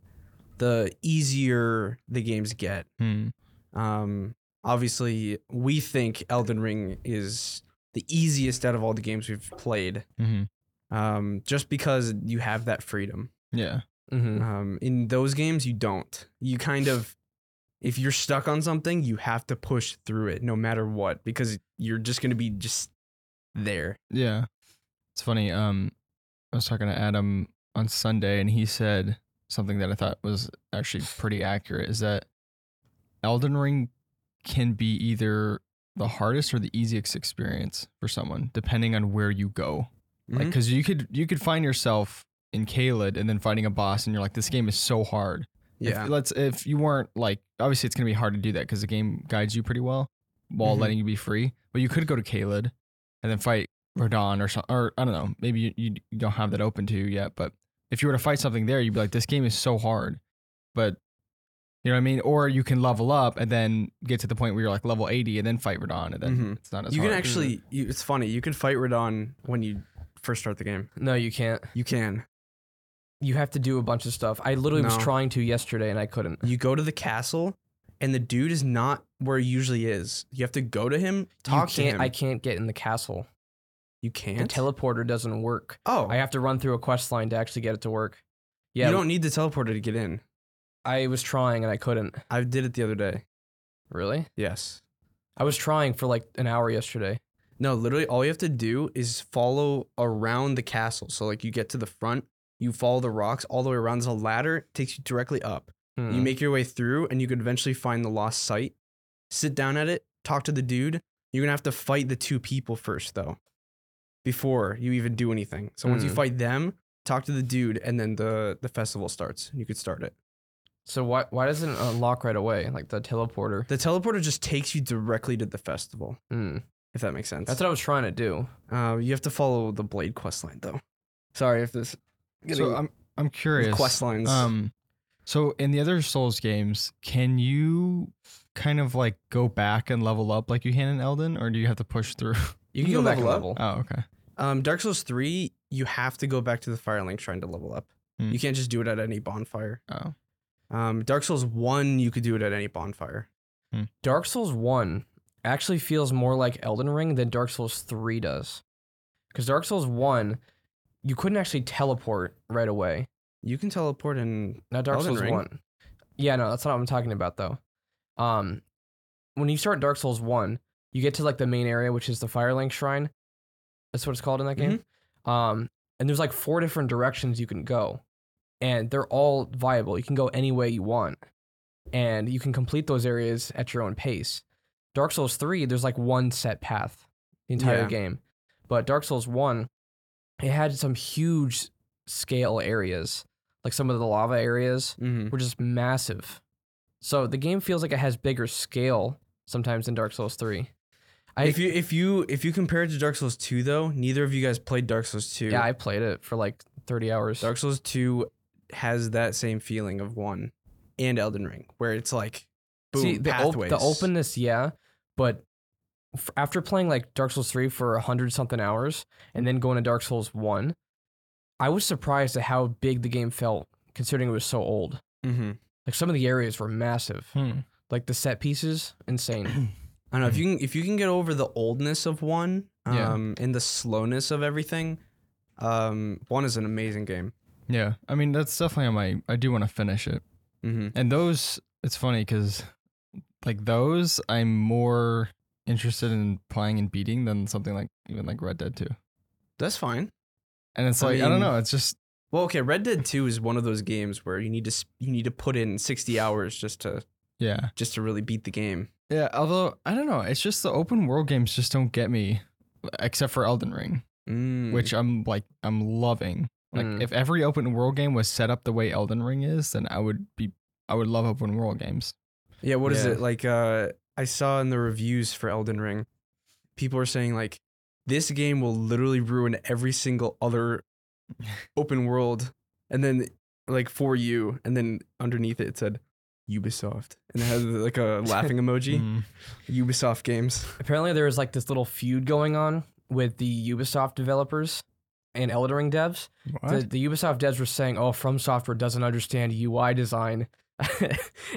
the easier the games get.
Hmm.
Um, obviously, we think Elden Ring is the easiest out of all the games we've played,
Mm-hmm.
um, just because you have that freedom.
Yeah.
hmm
Um, in those games, you don't. You kind of, if you're stuck on something, you have to push through it no matter what, because you're just gonna be just there.
Yeah. It's funny. Um, I was talking to Adam on Sunday, and he said something that I thought was actually pretty accurate is that Elden Ring can be either the hardest or the easiest experience for someone, depending on where you go. Like,
Mhm.
because you could you could find yourself in Kaled and then fighting a boss, and you're like, this game is so hard. If-
Yeah.
let's if you weren't like obviously it's gonna be hard to do that because the game guides you pretty well while
Mhm.
letting you be free. But you could go to Kaled and then fight Radon or something or I don't know. Maybe you, you you don't have that open to you yet. But if you were to fight something there, you'd be like, this game is so hard. But you know what I mean? Or you can level up and then get to the point where you're like level 80 and then fight Radon and then
Mhm.
it's not as
you
hard.
can actually you, it's funny you can fight radon when you first start the game
No, you can't.
you can
You have to do a bunch of stuff. I literally was
No.
trying to yesterday and I couldn't.
you go to the castle and the dude is not where he usually is you have to go to him
You
talk to
can't-
him
I can't get in the castle.
you can't
The teleporter doesn't work.
oh
I have to run through a quest line to actually get it to work. Yeah.
you don't need the teleporter to get in
I was trying and I couldn't.
i did it the other day
Really?
yes
I was trying for like an hour yesterday.
no literally all you have to do is follow around the castle so like you get to the front you follow the rocks all the way around there's a ladder it takes you directly up You
Hmm.
make your way through, and you could eventually find the lost site. Sit down at it, talk to the dude. You're gonna have to fight the two people first, though, before you even do anything. So once you
Mm.
fight them, talk to the dude, and then the the festival starts. You could start it.
so why why doesn't it unlock right away like the teleporter?
The teleporter just takes you directly to the festival,
Hmm.
if that makes sense.
That's what I was trying to do.
uh, you have to follow the blade quest line, though. Sorry if this.
So I'm I'm
with
curious.
quest lines.
Um, so in the other Souls games, can you kind of like go back and level up like you can in Elden, or do you have to push through?
You can
You
go
can
back and
level
level.
Oh, okay.
Um, Dark Souls three, you have to go back to the Firelink Shrine to level up.
Hmm.
Mm.
You can't just do it at any bonfire.
Oh,
Um, Dark Souls one, you could do it at any bonfire.
Dark Souls 1 actually feels more like Elden Ring than Dark Souls 3 does. Because Dark Souls 1, you couldn't actually teleport right away.
You can teleport in.
Now Dark
Elden
Souls
Ring?
1. Yeah, no, that's not what I'm talking about though. Um when you start Dark Souls 1, you get to like the main area which is the Firelink Shrine. That's what it's called in that game. Um and there's like four different directions you can go. And they're all viable. You can go any way you want. And you can complete those areas at your own pace. Dark Souls 3, there's like one set path the entire
Yeah.
game. But Dark Souls 1, it had some huge scale areas, like some of the lava areas
Mm-hmm.
were just massive. So the game feels like it has bigger scale sometimes than Dark Souls 3. I
if you if you if you compare it to Dark Souls two, though, neither of you guys played Dark Souls two.
yeah, I played it for like 30 hours.
Dark Souls two has that same feeling of one and Elden Ring, where it's like, boom,
See, the, op-
pathways.
the openness, yeah, but f- after playing like Dark Souls 3 for 100 something hours and then going to Dark Souls 1, I was surprised at how big the game felt considering it was so old.
Mm-hmm.
Like some of the areas were massive.
hmm.
Like the set pieces, insane.
I don't know if you can if you can get over the oldness of one,
Yeah.
um, and the slowness of everything. Um, one is an amazing game.
yeah. I mean, that's definitely on my. I do want to finish it,
Mm-hmm.
and those. It's funny because, like those, I'm more interested in playing and beating than something like even like Red Dead Two.
That's fine.
And it's
I
like I don't
mean-
know. It's just
Well, okay, Red Dead Two is one of those games where you need to s- you need to put in sixty hours just to
yeah.
just to really beat the game.
Yeah, although I don't know, it's just the open world games just don't get me, except for Elden Ring,
Mm.
which I'm like I'm loving. Like
Mm.
if every open world game was set up the way Elden Ring is, then I would be I would love open world games.
Yeah, what is
Yeah.
it? Like uh I saw in the reviews for Elden Ring, people are saying like this game will literally ruin every single other open world and then like for you and then underneath it it said Ubisoft and it had like a laughing emoji.
Mm.
Ubisoft games.
Apparently, there was like this little feud going on with the Ubisoft developers and Elden Ring devs. The,
What?
the Ubisoft devs were saying, "Oh, From Software doesn't understand UI design,"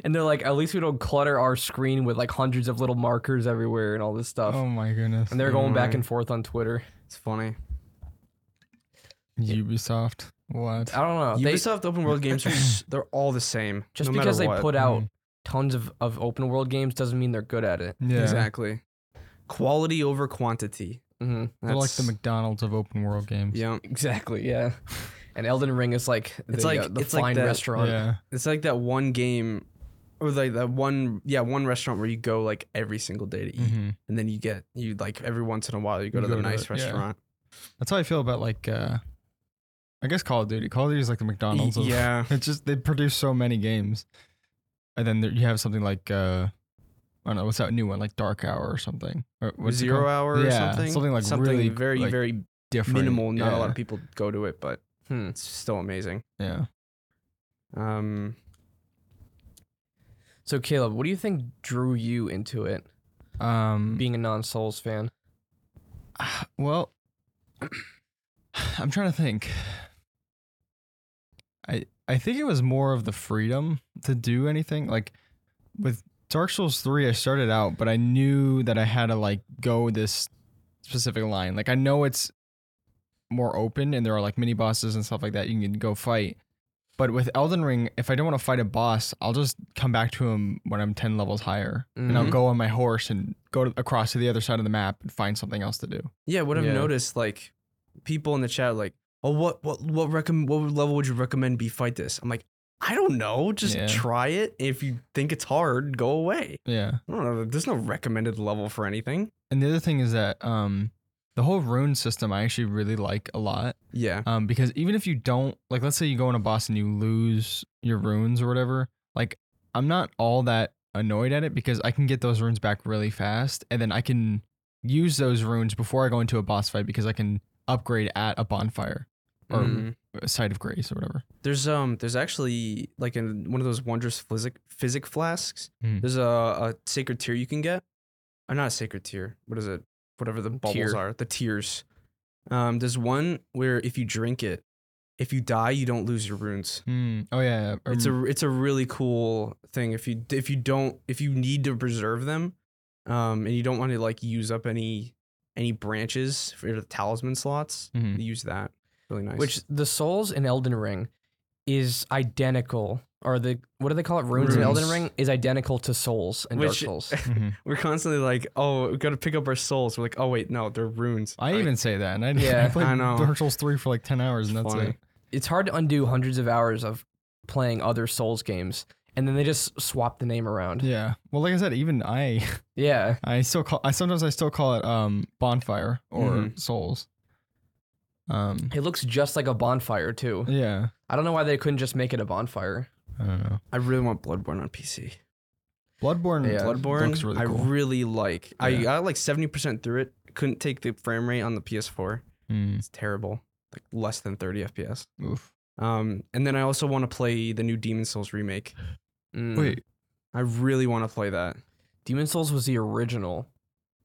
and they're like, "At least we don't clutter our screen with like hundreds of little markers everywhere and all this stuff."
Oh my goodness.
and they're going back
my.
and forth on Twitter.
It's funny.
Ubisoft. What?
I don't know. Uh, They,
Ubisoft open world games are s- they're all the same.
just
no matter
because they
what.
put out
Mm.
tons of, of open world games doesn't mean they're good at it.
Yeah.
Exactly. Quality over quantity.
hmm
They're like the
That's-
McDonald's of open world games.
yeah.
Exactly. Yeah. And Elden Ring is like the,
It's like-
uh, the
it's like
fine
that-
restaurant.
Yeah.
It's like that one game, or like that one, yeah, one restaurant where you go like every single day to eat,
Mhm.
and then you get you like every once in a while Mm-hmm. you go
You
to
go
the
to
nice
it, yeah.
restaurant.
That's how I feel about like uh I guess Call of Duty. Call of Duty is like the McDonald's
Y-
of
E, yeah,
It's just they produce so many games, and then there, you have something like uh, I don't know what's that new one like Dark Hour or something. Or what's it
zero
called?
hour or
Yeah,
something.
something, like,
something
really,
very
like,
very
Different.
minimal. Not a lot
yeah,
of people go to it, but
Hmm.
it's still amazing.
Yeah.
Um,
So Caleb, what do you think drew you into it,
Um.
being a non Souls fan?
well, I'm trying to think. I I think it was more of the freedom to do anything. Like with Dark Souls three, I started out, but I knew that I had to like go this specific line. Like I know it's more open and there are like mini bosses and stuff like that you can go fight. But with Elden Ring, if I don't want to fight a boss, I'll just come back to him when I'm ten levels higher, and I'll
Mhm.
go on my horse and go to, across to the other side of the map and find something else to do.
yeah, what I've
Yeah.
noticed, like people in the chat, like, oh, what what what recommend what level would you recommend be fight this? I'm like, I don't know, just
Yeah.
try it. If you think it's hard, go away.
Yeah.
I don't know. There's no recommended level for anything.
And the other thing is that um the whole rune system I actually really like a lot.
Yeah.
Um because even if you don't like let's say you go in a boss and you lose your runes or whatever, like I'm not all that annoyed at it because I can get those runes back really fast and then I can use those runes before I go into a boss fight because I can upgrade at a bonfire or
Mhm.
a site of grace or whatever.
There's um there's actually like in one of those wondrous physic physic flasks.
Hmm.
Mm.
There's a, a sacred tear you can get. Or not a sacred tear. What is it? Whatever the bubbles
Tear.
are, the tears. Um, there's one where if you drink it, if you die, you don't lose your runes.
Hmm. Oh yeah. yeah. Or-
It's a it's a really cool thing. If you if you don't if you need to preserve them, um, and you don't want to like use up any any branches for the talisman slots,
Mhm.
use that. Really nice.
Hmm. Which the Souls in Elden Ring is identical, or the what do they call it? Runes, in Elden
Runes.
Ring is identical to Souls and Dark
Which-
Souls.
Mhm.
We're constantly like, oh, we gotta pick up our souls. We're like, oh wait, no, they're runes.
I
Like,
even say that, and I,
Yeah,
I played
I know.
Dark Souls three for like ten hours, and that's
Funny.
it.
it's hard to undo hundreds of hours of playing other Souls games, and then they just swap the name around. Yeah,
Yeah. Well, like I said, even I I still call I sometimes I still call it um bonfire or
Mhm.
souls. Um
it looks just like a bonfire too.
yeah.
I don't know why they couldn't just make it a bonfire.
I don't know.
I really want Bloodborne on PC.
Bloodborne
Yeah.
Bloodborne,
looks really
I
cool.
really like. I
Yeah.
got like seventy percent through it. Couldn't take the frame rate on the PS4.
Mm,
It's terrible, like less than thirty FPS.
oof.
Um, and then I also want to play the new Demon Souls remake.
Mm.
Wait.
I really want to play that.
Demon Souls was the original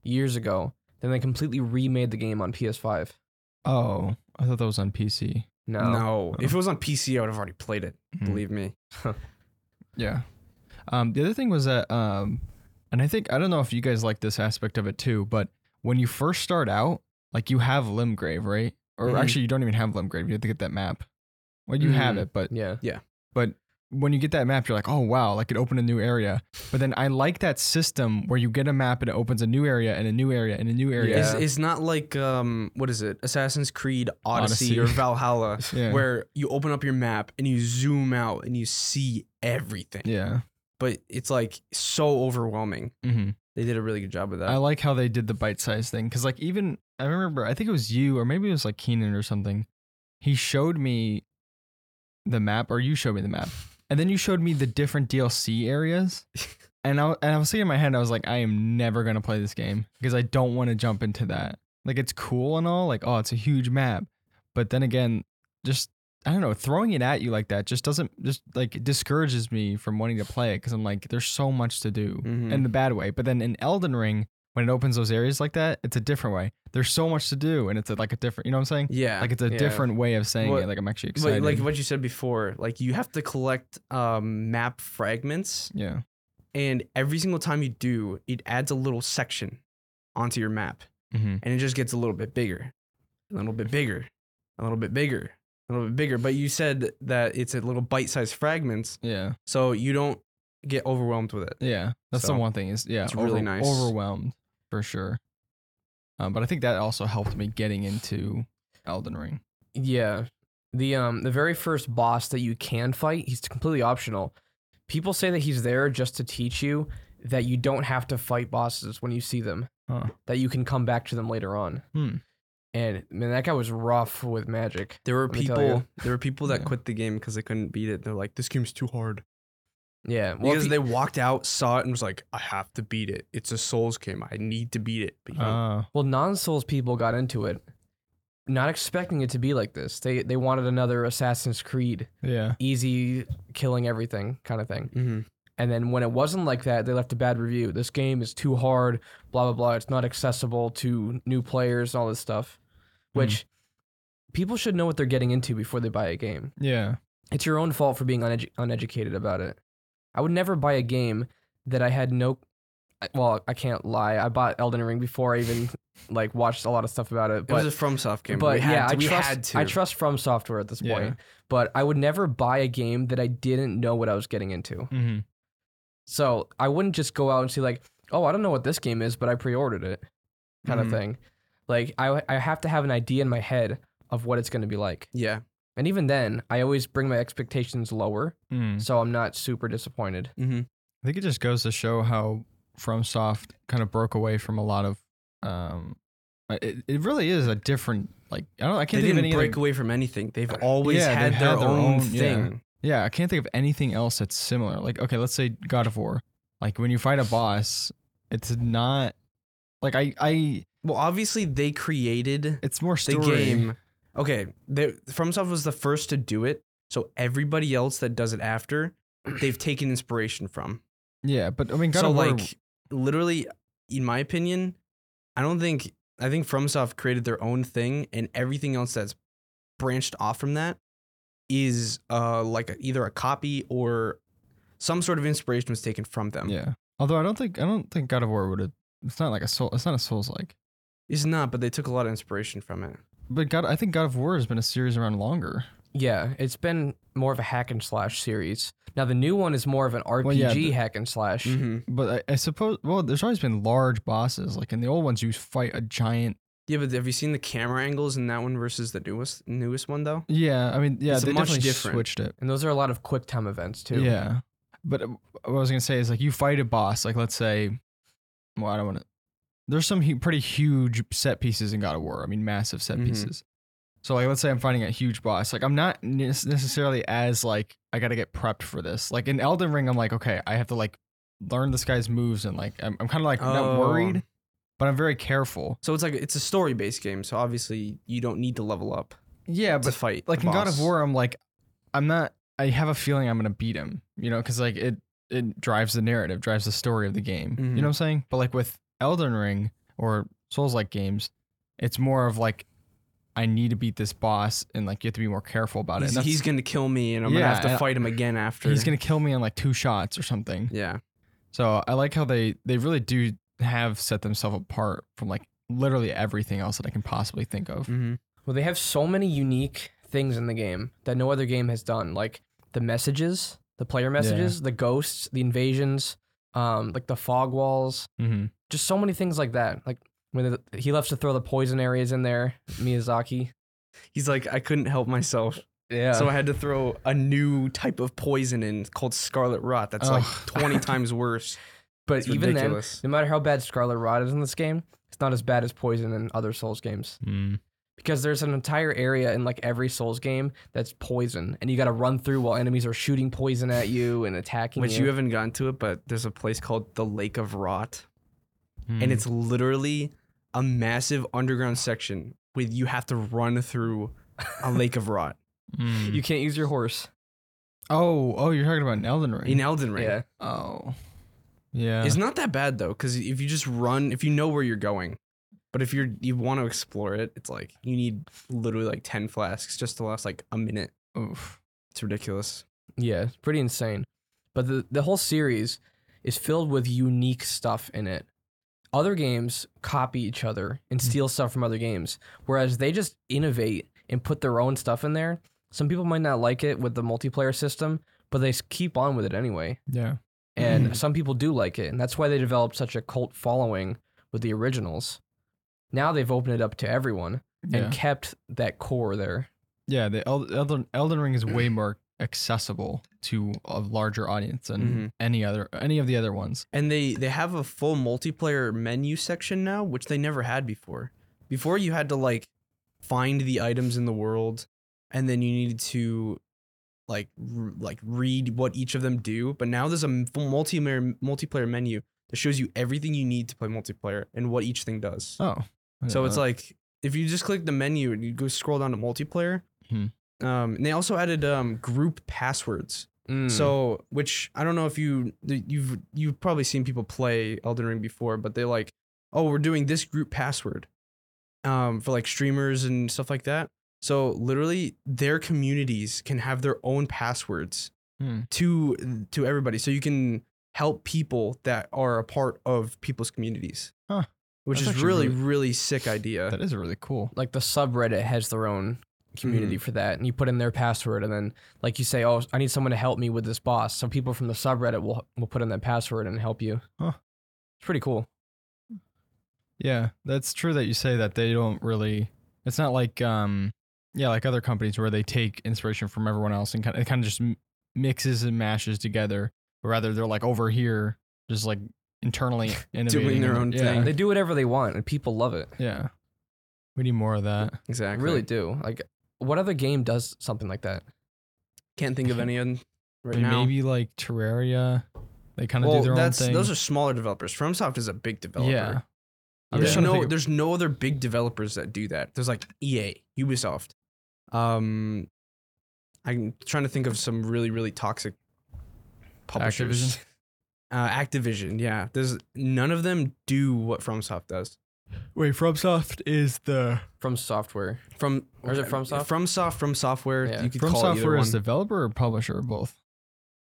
years ago. Then they completely remade the game on PS5.
Oh, I thought that was on PC.
No.
No, if it was on PC, I would have already played it.
Mm.
Believe me.
Yeah. Um, the other thing was that, um, and I think I don't know if you guys like this aspect of it too, but when you first start out, like you have Limgrave, right? Or
Mhm.
actually, you don't even have Limgrave. You have to get that map. Well, you have
Mhm.
it, but
Yeah.
when you get that map, you're like, oh wow, like it opened a new area. But then I like that system where you get a map and it opens a new area and a new area and a new area.
It's,
Yeah.
it's not like um what is it? Assassin's Creed Odyssey,
Odyssey.
or Valhalla,
Yeah.
where you open up your map and you zoom out and you see everything.
Yeah.
but it's like so overwhelming.
Mm-hmm.
They did a really good job with that.
I like how they did the bite size thing because, like, even I remember, I think it was you or maybe it was like Keenan or something. He showed me the map, or you showed me the map, and then you showed me the different DLC areas. and I and I was thinking in my head, I was like, I am never gonna play this game because I don't want to jump into that. Like, it's cool and all, like, oh, it's a huge map, but then again, just I don't know, throwing it at you like that just doesn't just like it discourages me from wanting to play it because I'm like, there's so much to do
Mhm.
in the bad way. But then in Elden Ring, when it opens those areas like that, it's a different way. There's so much to do, and it's a, like a different. You know what I'm saying?
yeah,
Like it's a
yeah.
different way of saying
What-
it. Like I'm actually
But
excited.
like what you said before, like you have to collect um, map fragments,
yeah,
and every single time you do, it adds a little section onto your map,
mm-hmm.
and it just gets a little bit bigger, a little bit bigger, a little bit bigger, a little bit bigger. But you said that it's a little bite-sized fragments,
yeah,
so you don't get overwhelmed with it.
yeah. That's
So,
the one thing is yeah,
it's really nice.
Overwhelmed for sure. Um, but I think that also helped me getting into Elden Ring.
Yeah. The um the very first boss that you can fight, he's completely optional. People say that he's there just to teach you that you don't have to fight bosses when you see them.
Huh.
That you can come back to them later on.
Hmm.
And man, that guy was rough with magic.
There were
Let me tell
people. There were people that
Yeah.
quit the game because they couldn't beat it. They're like, "This game's too hard."
Yeah. Well,
because
if
they
you-
walked out, saw it, and was like, "I have to beat it. It's a Souls game. I need to beat it." But you don't-
Uh,
well non-souls people got into it not expecting it to be like this. They they wanted another Assassin's Creed,
yeah,
easy killing everything kind of thing.
Mhm.
And then when it wasn't like that, they left a bad review. This game is too hard, blah blah blah. It's not accessible to new players and all this stuff.
Hmm.
Which people should know what they're getting into before they buy a game.
yeah,
It's your own fault for being unedu- uneducated about it. I would never buy a game that I had no I- well, I can't lie. I bought Elden Ring before I even like watched a lot of stuff about it,
it was
but
a FromSoft game.
but
we had
yeah,
to,
I
we
trust
had to.
I trust From Software at this
Yeah.
point. But I would never buy a game that I didn't know what I was getting into.
mm-hmm.
So I wouldn't just go out and see like, oh, I don't know what this game is, but I pre-ordered it, kind
Mm-hmm.
Mhm.
of thing. Like I I have to have an idea in my head of what it's going to be like,
Yeah.
and even then, I always bring my expectations lower,
Mm.
so I'm not super disappointed.
Mm-hmm.
I think it just goes to show how FromSoft kind of broke away from a lot of. Um, it, it really is a different like I don't I
They
can't think of
didn't
any
break
other,
away from anything. They've always
Yeah,
had,
they've
their
had their
own,
own- yeah.
thing.
yeah I can't think of anything else that's similar like okay let's say God of War like when you fight a boss it's not like I I
Well, obviously they created
it's more
the
story
game. Okay, they, FromSoft was the first to do it, so everybody else that does it after, they've taken inspiration from.
yeah but I mean God
so
of War
like literally in my opinion i don't think i think fromsoft created their own thing and everything else that's branched off from that is uh like a, either a copy or some sort of inspiration was taken from them
yeah although I don't think I don't think God of War would have it's not like a soul it's not a Souls like
it's not but they took a lot of inspiration from it
but God I think God of War has been a series around longer
Yeah, it's been more of a hack and slash series. Now the new one is more of an RPG
yeah, the- Mm-hmm.
hack and slash.
But I, I suppose, well, there's always been large bosses. Like in the old ones, you fight a giant.
yeah but have you seen the camera angles in that one versus the newest newest one though
Yeah, I mean, yeah,
It's
they
much
definitely
different.
switched it.
And those are a lot of quick time events too.
Yeah, but uh, what I was gonna say is like you fight a boss. Like let's say, well, I don't want to. There's some hu- pretty huge set pieces in God of War. I mean, massive set
Mhm.
pieces. So like, let's say I'm fighting a huge boss. Like I'm not ne- necessarily as like I gotta get prepped for this. Like in Elden Ring, I'm like, okay, I have to like learn this guy's moves and like I'm, I'm kind of like not
Oh.
worried, but I'm very careful.
so it's like it's a story-based game so obviously you don't need to level up
Yeah,
to fight
like
the
in God of
boss.
War, I'm like, I'm not. I have a feeling I'm gonna beat him, you know, because like it it drives the narrative, drives the story of the game. You
Mhm.
know what I'm saying? But like with Elden Ring or Souls like games, it's more of like I need to beat this boss, and like you have to be more careful about it.
he's,
And that's-
he's gonna kill me and i'm
Yeah,
gonna have to
and-
fight him again after
he's gonna kill me in like two shots or something.
yeah
So I like how they they really do have set themselves apart from like literally everything else that I can possibly think of.
mm-hmm.
Well, they have so many unique things in the game that no other game has done, like the messages, the player messages, the ghosts, the invasions, um, like the fog walls,
Mm-hmm.
just so many things like that. Like when the, he loves to throw the poison areas in there, Miyazaki.
He's like, I couldn't help myself.
Yeah.
So I had to throw a new type of poison in called scarlet rot. That's like
Ugh.
20 times worse.
but
It's
even
ridiculous.
then, no matter how bad Scarlet Rot is in this game, it's not as bad as Poison in other Souls games
Mm.
because there's an entire area in like every Souls game that's poison, and you got to run through while enemies are shooting poison at you and attacking
Which you haven't gotten to it, but there's a place called the Lake of Rot, and
Mm.
it's literally a massive underground section with you have to run through a lake of rot
Mm.
You can't use your horse.
oh, oh, you're talking about an Elden Ring.
in Elden Ring.
Yeah.
oh, yeah.
It's not that bad though, because if you just run, if you know where you're going, but if you're you want to explore it, it's like you need literally like ten flasks just to last like a minute.
Oof.
It's ridiculous.
Yeah, it's pretty insane. But the, the whole series is filled with unique stuff in it. Other games copy each other and steal stuff from other games, whereas they just innovate and put their own stuff in there. Some people might not like it with the multiplayer system, but they s- keep on with it anyway.
Yeah.
And some people do like it, and that's why they developed such a cult following with the originals. Now they've opened it up to everyone
Yeah.
and kept that core there.
yeah. The Eld- Elden Elden Ring is way more accessible to a larger audience than
Mhm.
any other any of the other ones.
And they they have a full multiplayer menu section now, which they never had before. Before you had to like find the items in the world, and then you needed to like r like read what each of them do. But now there's a m- full multiplayer multiplayer menu that shows you everything you need to play multiplayer and what each thing does.
Oh. I
So
didn't
it's
know
like if you just click the menu and you go scroll down to multiplayer.
Hmm.
Um, and they also added um, group passwords.
Hmm.
Mm.
So, which I don't know if you th- you've you've probably seen people play Elden Ring before, but they like, oh, we're doing this group password, um, for like streamers and stuff like that. So literally, their communities can have their own passwords
that. Hmm.
to to everybody, so you can help people that are a part of people's communities.
Huh.
Which
That's
is
actually
really,
really-
really sick idea.
That is really cool.
like the subreddit has their own
Mm-hmm.
community for that and you put in their password and then like you say oh i need someone to help me with this boss so people from the subreddit will, will put in that password and help you
Huh.
it's pretty cool
Yeah, that's true that you say that they don't really. It's not like um, yeah, like other companies where they take inspiration from everyone else and kind of it kind of just m- mixes and mashes together. But rather, they're like over here, just like internally innovating
their
and-
own
yeah,
thing.
they do whatever they want and people love it
Yeah, we need more of that.
i
Exactly.
really do like what other game does something like that
can't think of any on right now.
Maybe like Terraria. They kind of
well,
do their
that's
own thing.
those are smaller developers. FromSoft is a big developer.
yeah. I'm
There's
just trying to
no
think of-
there's no other big developers that do that. There's like EA, Ubisoft. Um I'm trying to think of some really really toxic publishers. Uh, Activision, yeah. There's none of them do what FromSoft does.
Wait, FromSoft is the
from software
From uh,
Or is it FromSoft?
FromSoft, from software.
Yeah.
You could
From
call it either
Software
one.
is developer or publisher or both.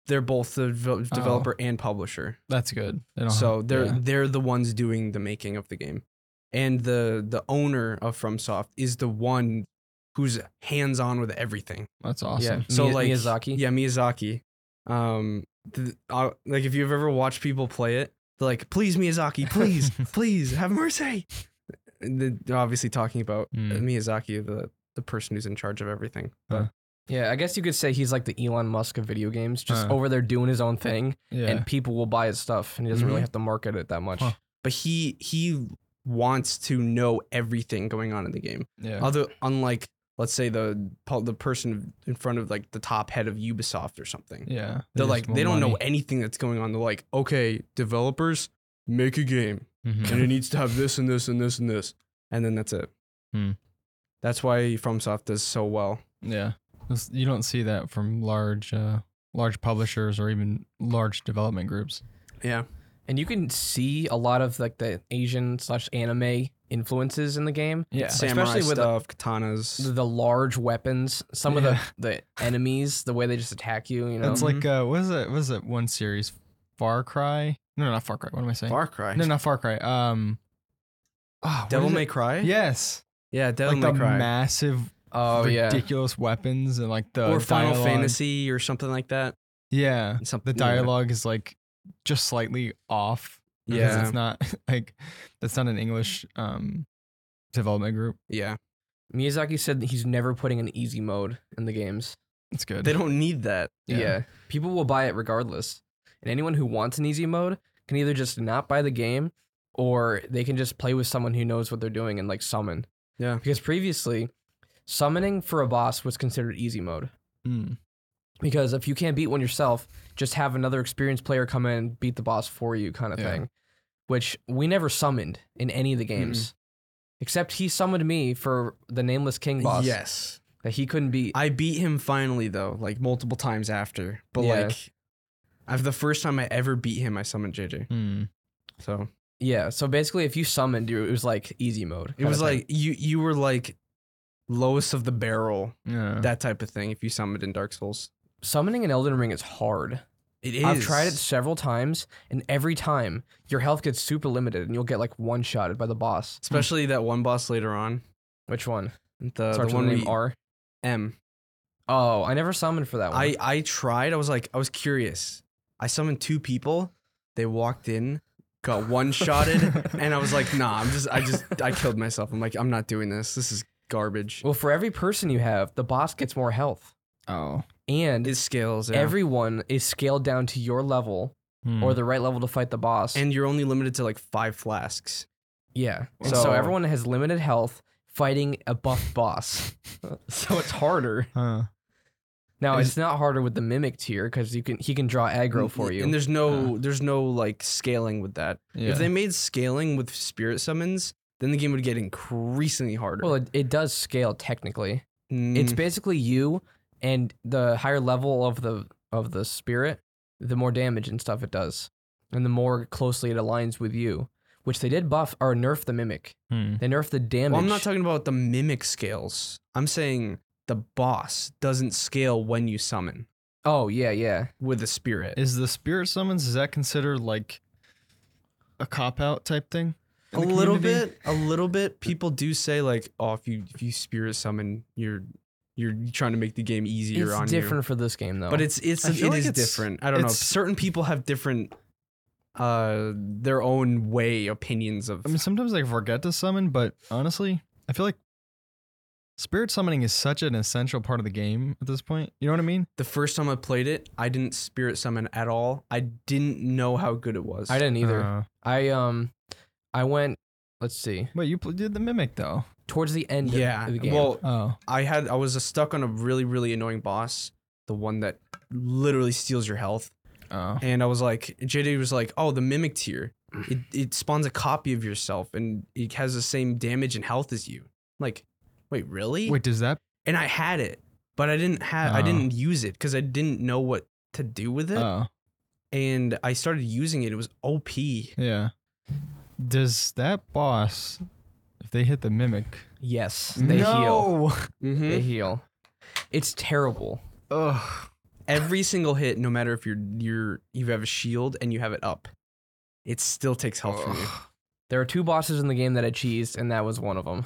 They're both the devel- developer and publisher.
That's good. They don't
So
have-
they're
Oh. Uh-huh. yeah.
they're the ones doing the making of the game, and the the owner of FromSoft is the one who's hands on with everything.
that's awesome.
yeah
So
Mi-
like
miyazaki
yeah, Miyazaki. Um, th- uh, like if you've ever watched people play it, they're like, "Please, Miyazaki, please, please, have mercy." And they- They're obviously talking about uh,
Mm.
Miyazaki, the the person who's in charge of everything. But
Huh.
yeah i guess you could say he's like the elon musk of video games just
Huh.
over there doing his own thing
Yeah. Mm-hmm.
and people will buy his stuff and he doesn't really have to market it that much
Huh.
but he he wants to know everything going on in the game.
yeah.
Other unlike let's say the pol- the person in front of like the top head of Ubisoft or something.
Yeah. they
They're
just
like
want
they don't know
money.
anything that's going on. They're like, okay, developers make a game
Mhm.
and it needs to have this and this and this and this, and then that's it.
Hmm.
That's why FromSoft does so well.
Yeah. That's- You don't see that from large uh large publishers or even large development groups.
Yeah,
and you can see a lot of like the Asian slash anime influences in the game.
Yeah.
samurai
Especially with,
stuff, katanas.
The large weapons, some of
Yeah.
the the enemies, the way they just attack you. You
Mm-hmm.
know,
That's like uh what is it what is it one series? Far Cry? No, not Far Cry. What am I saying?
Far Cry,
no, not Far Cry. Um ah, what
Devil
is
May
it?
Cry.
Yes.
yeah, Devil
like
May
the
Cry,
massive uh,
oh yeah,
ridiculous weapons and like the
or Final
uh, dialogue.
Fantasy, or something like that.
Yeah. The
Something
dialogue is like just slightly off.
Yeah,
because
yeah.
It's not like that's not an English um development group.
yeah.
Miyazaki said that he's never putting an easy mode in the games.
It's good.
They don't need that.
Yeah.
Yeah.
People will buy it regardless. And anyone who wants an easy mode can either just not buy the game or they can just play with someone who knows what they're doing and like summon.
Yeah.
Because previously, summoning for a boss was considered easy mode.
Mm.
Because if you can't beat one yourself, just have another experienced player come in and beat the boss for you, kind of
Yeah.
thing. Which we never summoned in any of the games. Except he summoned me for the Nameless King boss
Yes.
that he couldn't beat.
I beat him finally though, like multiple times after. But
Yeah.
like, I've the first time I ever beat him, I summoned JJ.
Mm.
So
yeah. So basically, if you summoned, you it was like easy mode.
it
kinda
was
thing.
like you you were like lowest of the barrel,
Yeah.
that type of thing. If you summoned in Dark Souls,
summoning an Elden Ring is hard.
it is. Hmm.
I've tried it several times, and every time your health gets super limited, and you'll get like one shotted by the boss.
especially that one boss later on.
Which one?
Uh, The, the
Starts
one
with the name
we
R.
M.
Oh, I never summoned for that one.
I I tried. I was like, I was curious. I summoned two people. They walked in, got one shotted, and I was like, Nah, I'm just, I just, I killed myself. I'm like, I'm not doing this. This is garbage.
well, for every person you have, the boss gets more health,
Oh.
and
It scales yeah.
everyone is scaled down to your level
Mm.
or the right level to fight the boss.
Hmm. and you're only limited to like five flasks.
yeah,
Wow.
so,
So-
everyone has limited health fighting a buff boss, so it's harder.
Huh.
Now
Is-
it's not harder with the mimic tier because you can he can draw aggro for you.
And there's no, there's no like scaling with that.
Yeah.
If they made scaling with spirit summons, then the game would get increasingly harder.
well, it, it does scale technically.
Mm,
It's basically you and the higher level of the of the spirit, the more damage and stuff it does, and the more closely it aligns with you. Which they did buff or nerf the mimic.
Mm.
They nerfed the damage.
Well, I'm not talking about the mimic scales. I'm saying the boss doesn't scale when you summon
oh yeah, yeah.
with the spirit.
Is the spirit summons is that considered like a cop out type thing?
a
in the
little
community?
bit, a little bit. People do say like, oh, if you if you spirit summon, you're you're trying to make the game easier
It's
on
different for this game though.
you. But it's it's
I
it is
feel like it's-
different. I don't know.
it's-
Certain people have different uh their own way opinions of
I mean, sometimes I forget to summon, but honestly, I feel like spirit summoning is such an essential part of the game at this point. You know what I mean?
the first time I played it, I didn't spirit summon at all. I didn't know how good it was.
I didn't either.
Uh,
I um, I went. Let's see.
but you pl- did the mimic though.
Towards the end. of-
Yeah.
Of the game.
Well,
Oh,
I had I was stuck on a really really annoying boss, the one that literally steals your health.
oh,
And I was like, JD was like, oh, the mimic tier, it it spawns a copy of yourself and it has the same damage and health as you. Like, wait, really?
wait, does that?
And I had it, but I didn't have I
Oh.
didn't use it because I didn't know what to do with it.
Oh,
and I started using it. It was OP.
yeah. Does that boss, if they hit the mimic,
yes, they heal. They
Mm-hmm.
heal. It's terrible.
Ugh.
Every single hit, no matter if you're you're you have a shield and you have it up, it still takes health from you.
There are two bosses in the game that I cheesed, and that was one of them.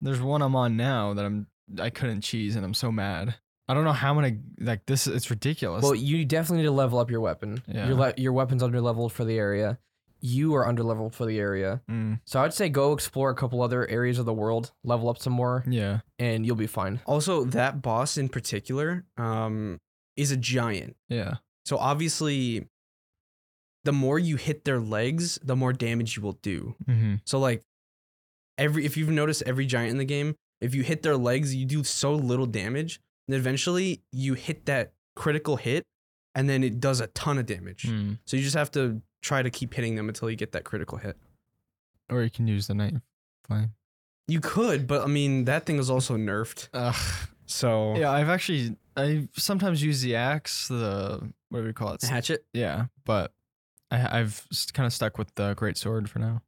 There's one I'm on now that I'm I couldn't cheese and I'm so mad. I don't know how many like this. It's ridiculous.
Well, you definitely need to level up your weapon.
Yeah.
Your le- your weapon's under leveled for the area. You are under leveled for the area.
Mm,
So I'd say go explore a couple other areas of the world, level up some more,
yeah.
and you'll be fine.
Also, that boss in particular um, is a giant.
Yeah.
So obviously, the more you hit their legs, the more damage you will do.
Mm-hmm.
So like every if you've noticed every giant in the game, if you hit their legs, you do so little damage, and eventually you hit that critical hit, and then it does a ton of damage.
Mm.
So you just have to try to keep hitting them until you get that critical hit.
Or you can use the night flame.
You could, but I mean that thing was also nerfed.
Ugh.
So
Yeah, I've actually I sometimes use the axe, the whatever you call it.
hatchet.
Yeah, but I, I've kind of stuck with the great sword for now.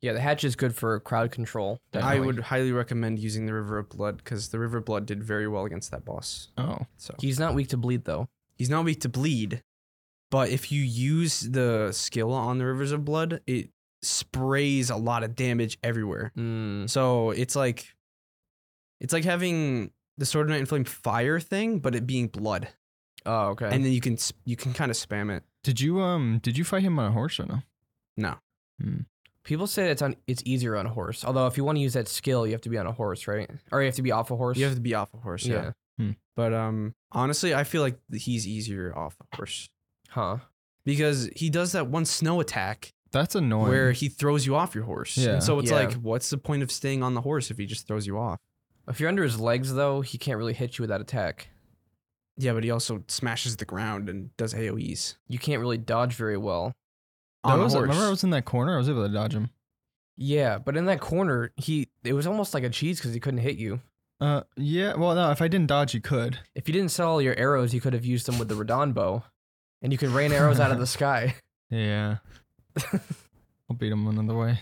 Yeah, the hatch is good for crowd control.
I
Definitely.
would highly recommend using the River of Blood because the River of Blood did very well against that boss.
Oh,
So
He's not weak to bleed though.
he's not weak to bleed, but if you use the skill on the Rivers of Blood, it sprays a lot of damage everywhere.
Mm.
So it's like it's like having the Sword of Night and Flame fire thing, but it being blood,
Oh, okay.
and then you can sp- you can kind of spam it.
did you um did you fight him on a horse or no?
No,
People say it's on it's easier on a horse. Although if you want to use that skill, you have to be on a horse, right? Or you have to be off a horse.
you have to be off a horse.
yeah.
yeah.
Hmm.
But um, honestly, I feel like he's easier off the horse
Huh.
because he does that one snow attack
That's annoying.
where he throws you off your horse.
Yeah.
And so it's
Yeah.
like, what's the point of staying on the horse if he just throws you off?
If you're under his legs though, he can't really hit you with that attack.
Yeah, but he also smashes the ground and does AOE's
You can't really dodge very well.
That
on the
was-
horse.
remember I was in that corner. I was able to dodge him.
Yeah, but in that corner, he it was almost like a cheese because he couldn't hit you.
Uh, yeah. Well, no. If I didn't dodge, you could.
If you didn't sell all your arrows, you could have used them with the Radon bow, and you could rain arrows out of the sky.
Yeah. I'll beat him another way.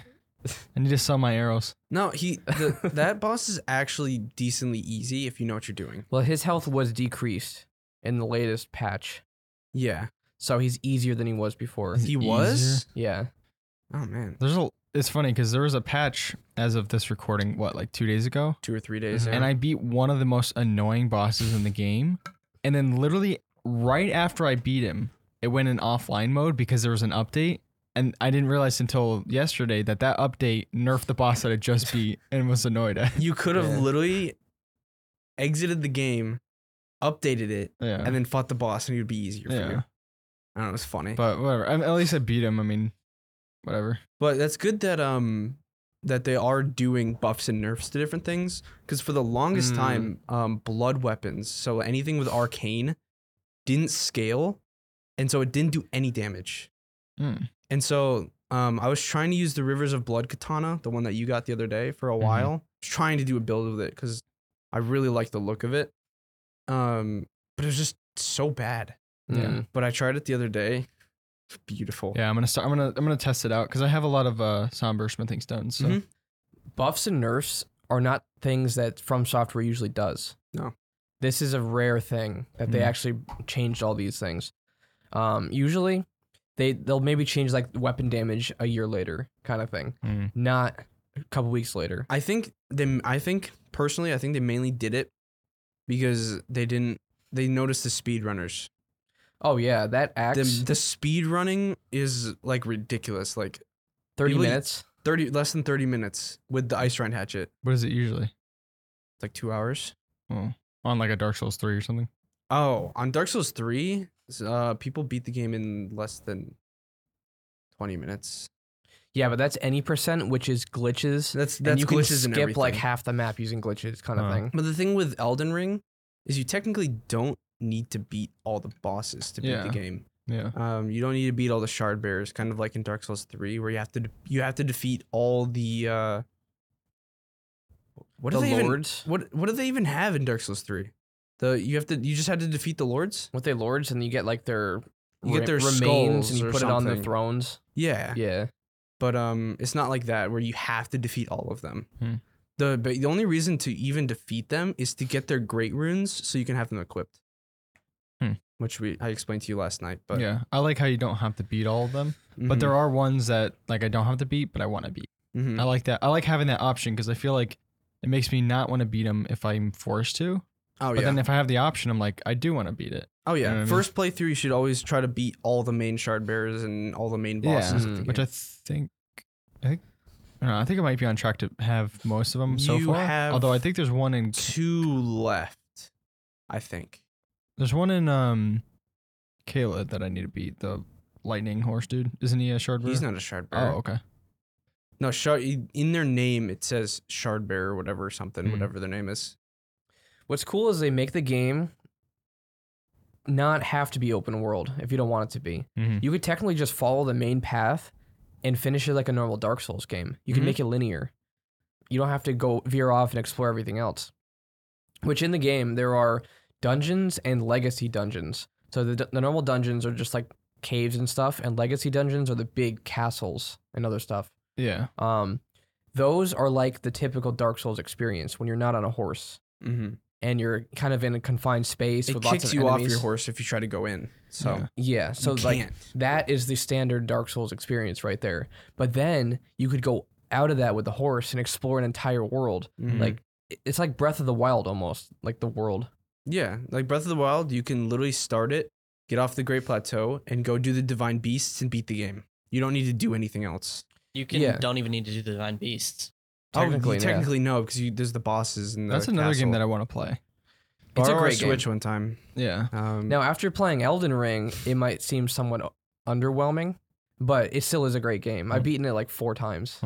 I need to sell my arrows.
no, he the, that boss is actually decently easy if you know what you're doing.
Well, his health was decreased in the latest patch,
Yeah,
so he's easier than he was before.
Is it
he was.
Yeah,
Oh man,
There's a. It's funny because there was a patch as of this recording. What, like two days ago?
two or three days.
Mhm.
yeah.
and I beat one of the most annoying bosses in the game. And then literally right after I beat him, it went in offline mode because there was an update. And I didn't realize until yesterday that that update nerfed the boss that I just beat and was annoyed at.
You could have
Yeah.
literally exited the game, updated it,
Yeah.
and then fought the boss, and it would be easier for
Yeah.
you. I don't know, it's funny, but,
but whatever. I mean, at least I beat him. I mean, whatever.
that's good that um that they are doing buffs and nerfs to different things because for the longest
Mm.
time, um, blood weapons, so anything with arcane, didn't scale, and so it didn't do any damage.
Mm.
And so um, I was trying to use the Rivers of Blood katana, the one that you got the other day, for a
Mhm.
while. I was trying to do a build with it because I really like the look of it. Um, but it was just so bad.
Yeah.
Mm.
But I tried it the other day. It's beautiful.
Yeah, I'm gonna start. I'm gonna. I'm gonna test it out because I have a lot of uh, somber smithing stones. So
Mhm.
Buffs and nerfs are not things that From Software usually does.
No.
This is a rare thing that they
Mm.
actually changed all these things. Um, usually, they they'll maybe change like weapon damage a year later, kind of thing,
Mm.
not a couple weeks later.
I think they. I think personally, I think they mainly did it because they didn't. They noticed the speedrunners.
Oh yeah, that
The,
axe,
the speed running is like ridiculous. Like
thirty
people-
minutes.
thirty, less than thirty minutes with the ice rind hatchet.
what is it usually?
It's like two hours.
Oh, on like a Dark Souls three or something.
Oh, on Dark Souls 3, s- uh, people beat the game in less than 20 minutes.
Yeah, but that's any percent, which is glitches.
That's
and
that's
you can
glitches
skip
and
like
everything.
half the map using glitches, kind of
Huh.
thing.
But the thing with Elden Ring is you technically don't need to beat all the bosses to beat
Yeah.
the game.
Yeah.
Um, you don't need to beat all the shard bearers, kind of like in Dark Souls 3 where you have to de- you have to defeat all the uh What do
the
they
lords,
even What what do they even have in Dark Souls 3? The you have to you just had to defeat the lords?
what they lords, and you get like their
You get
re-
their
remains, and
skulls
you
or
put it on the
something.
thrones.
Yeah.
Yeah.
but um, it's not like that where you have to defeat all of them.
Hmm.
The but the only reason to even defeat them is to get their great runes so you can have them equipped,
Hmm.
which we I explained to you last night. But mm-hmm,
yeah. I like how you don't have to beat all of them. but there are ones that like I don't have to beat, but I want to beat. I like that. I like having that option because I feel like it makes me not want to beat them if I'm forced to.
oh
But
yeah,
then if I have the option, I'm like, I do want to beat it.
oh yeah.
know what I mean?
First playthrough, you should always try to beat all the main shard bearers and all the main
Yeah, Mm-hmm.
bosses. of
mm,
the
Which
game.
I think, I think, I don't know. I think I might be on track to have most of them so
You
far.
have
Although I think there's one in
two left, I think.
there's one in um, Kayla that I need to beat the lightning horse dude. Isn't he a shard
He's
bearer?
not a shard
Oh,
bearer.
okay.
No, shard, in their name it says shard bearer, whatever something,
Hmm.
whatever their name is.
What's cool is they make the game not have to be open world if you don't want it to be.
Mhm.
You could technically just follow the main path and finish it like a normal Dark Souls game. You can
Mhm.
make it linear. You don't have to go veer off and explore everything else. Which in the game there are dungeons and legacy dungeons. So the, the normal dungeons are just like caves and stuff, and legacy dungeons are the big castles and other stuff.
Yeah.
Um, those are like the typical Dark Souls experience when you're not on a horse
Mm-hmm.
and you're kind of in a confined space
it
with
kicks
lots of
you off
enemies.
your horse if you try to go in. So
Yeah.
Yeah, so
you
like
can't.
that is the standard Dark Souls experience right there. But then you could go out of that with the horse and explore an entire world.
mm-hmm.
Mhm.
Like i- it's like Breath of the Wild almost, like the world.
yeah, like Breath of the Wild, you can literally start it, get off the Great Plateau, and go do the Divine Beasts and beat the game. You don't need to do anything else.
You can
Yeah.
don't even need to do the divine beasts.
Oh, you
Technically, yeah.
technically no, because you, there's the bosses and the
That's another game
castle.
that I want to play.
It's a
Borrow our
great
Switch
game.
one time.
Yeah.
Um,
Now, after playing Elden Ring, it might seem somewhat o- underwhelming, but it still is a great game. I've
Hmm.
beaten it like four
Hmm.
times.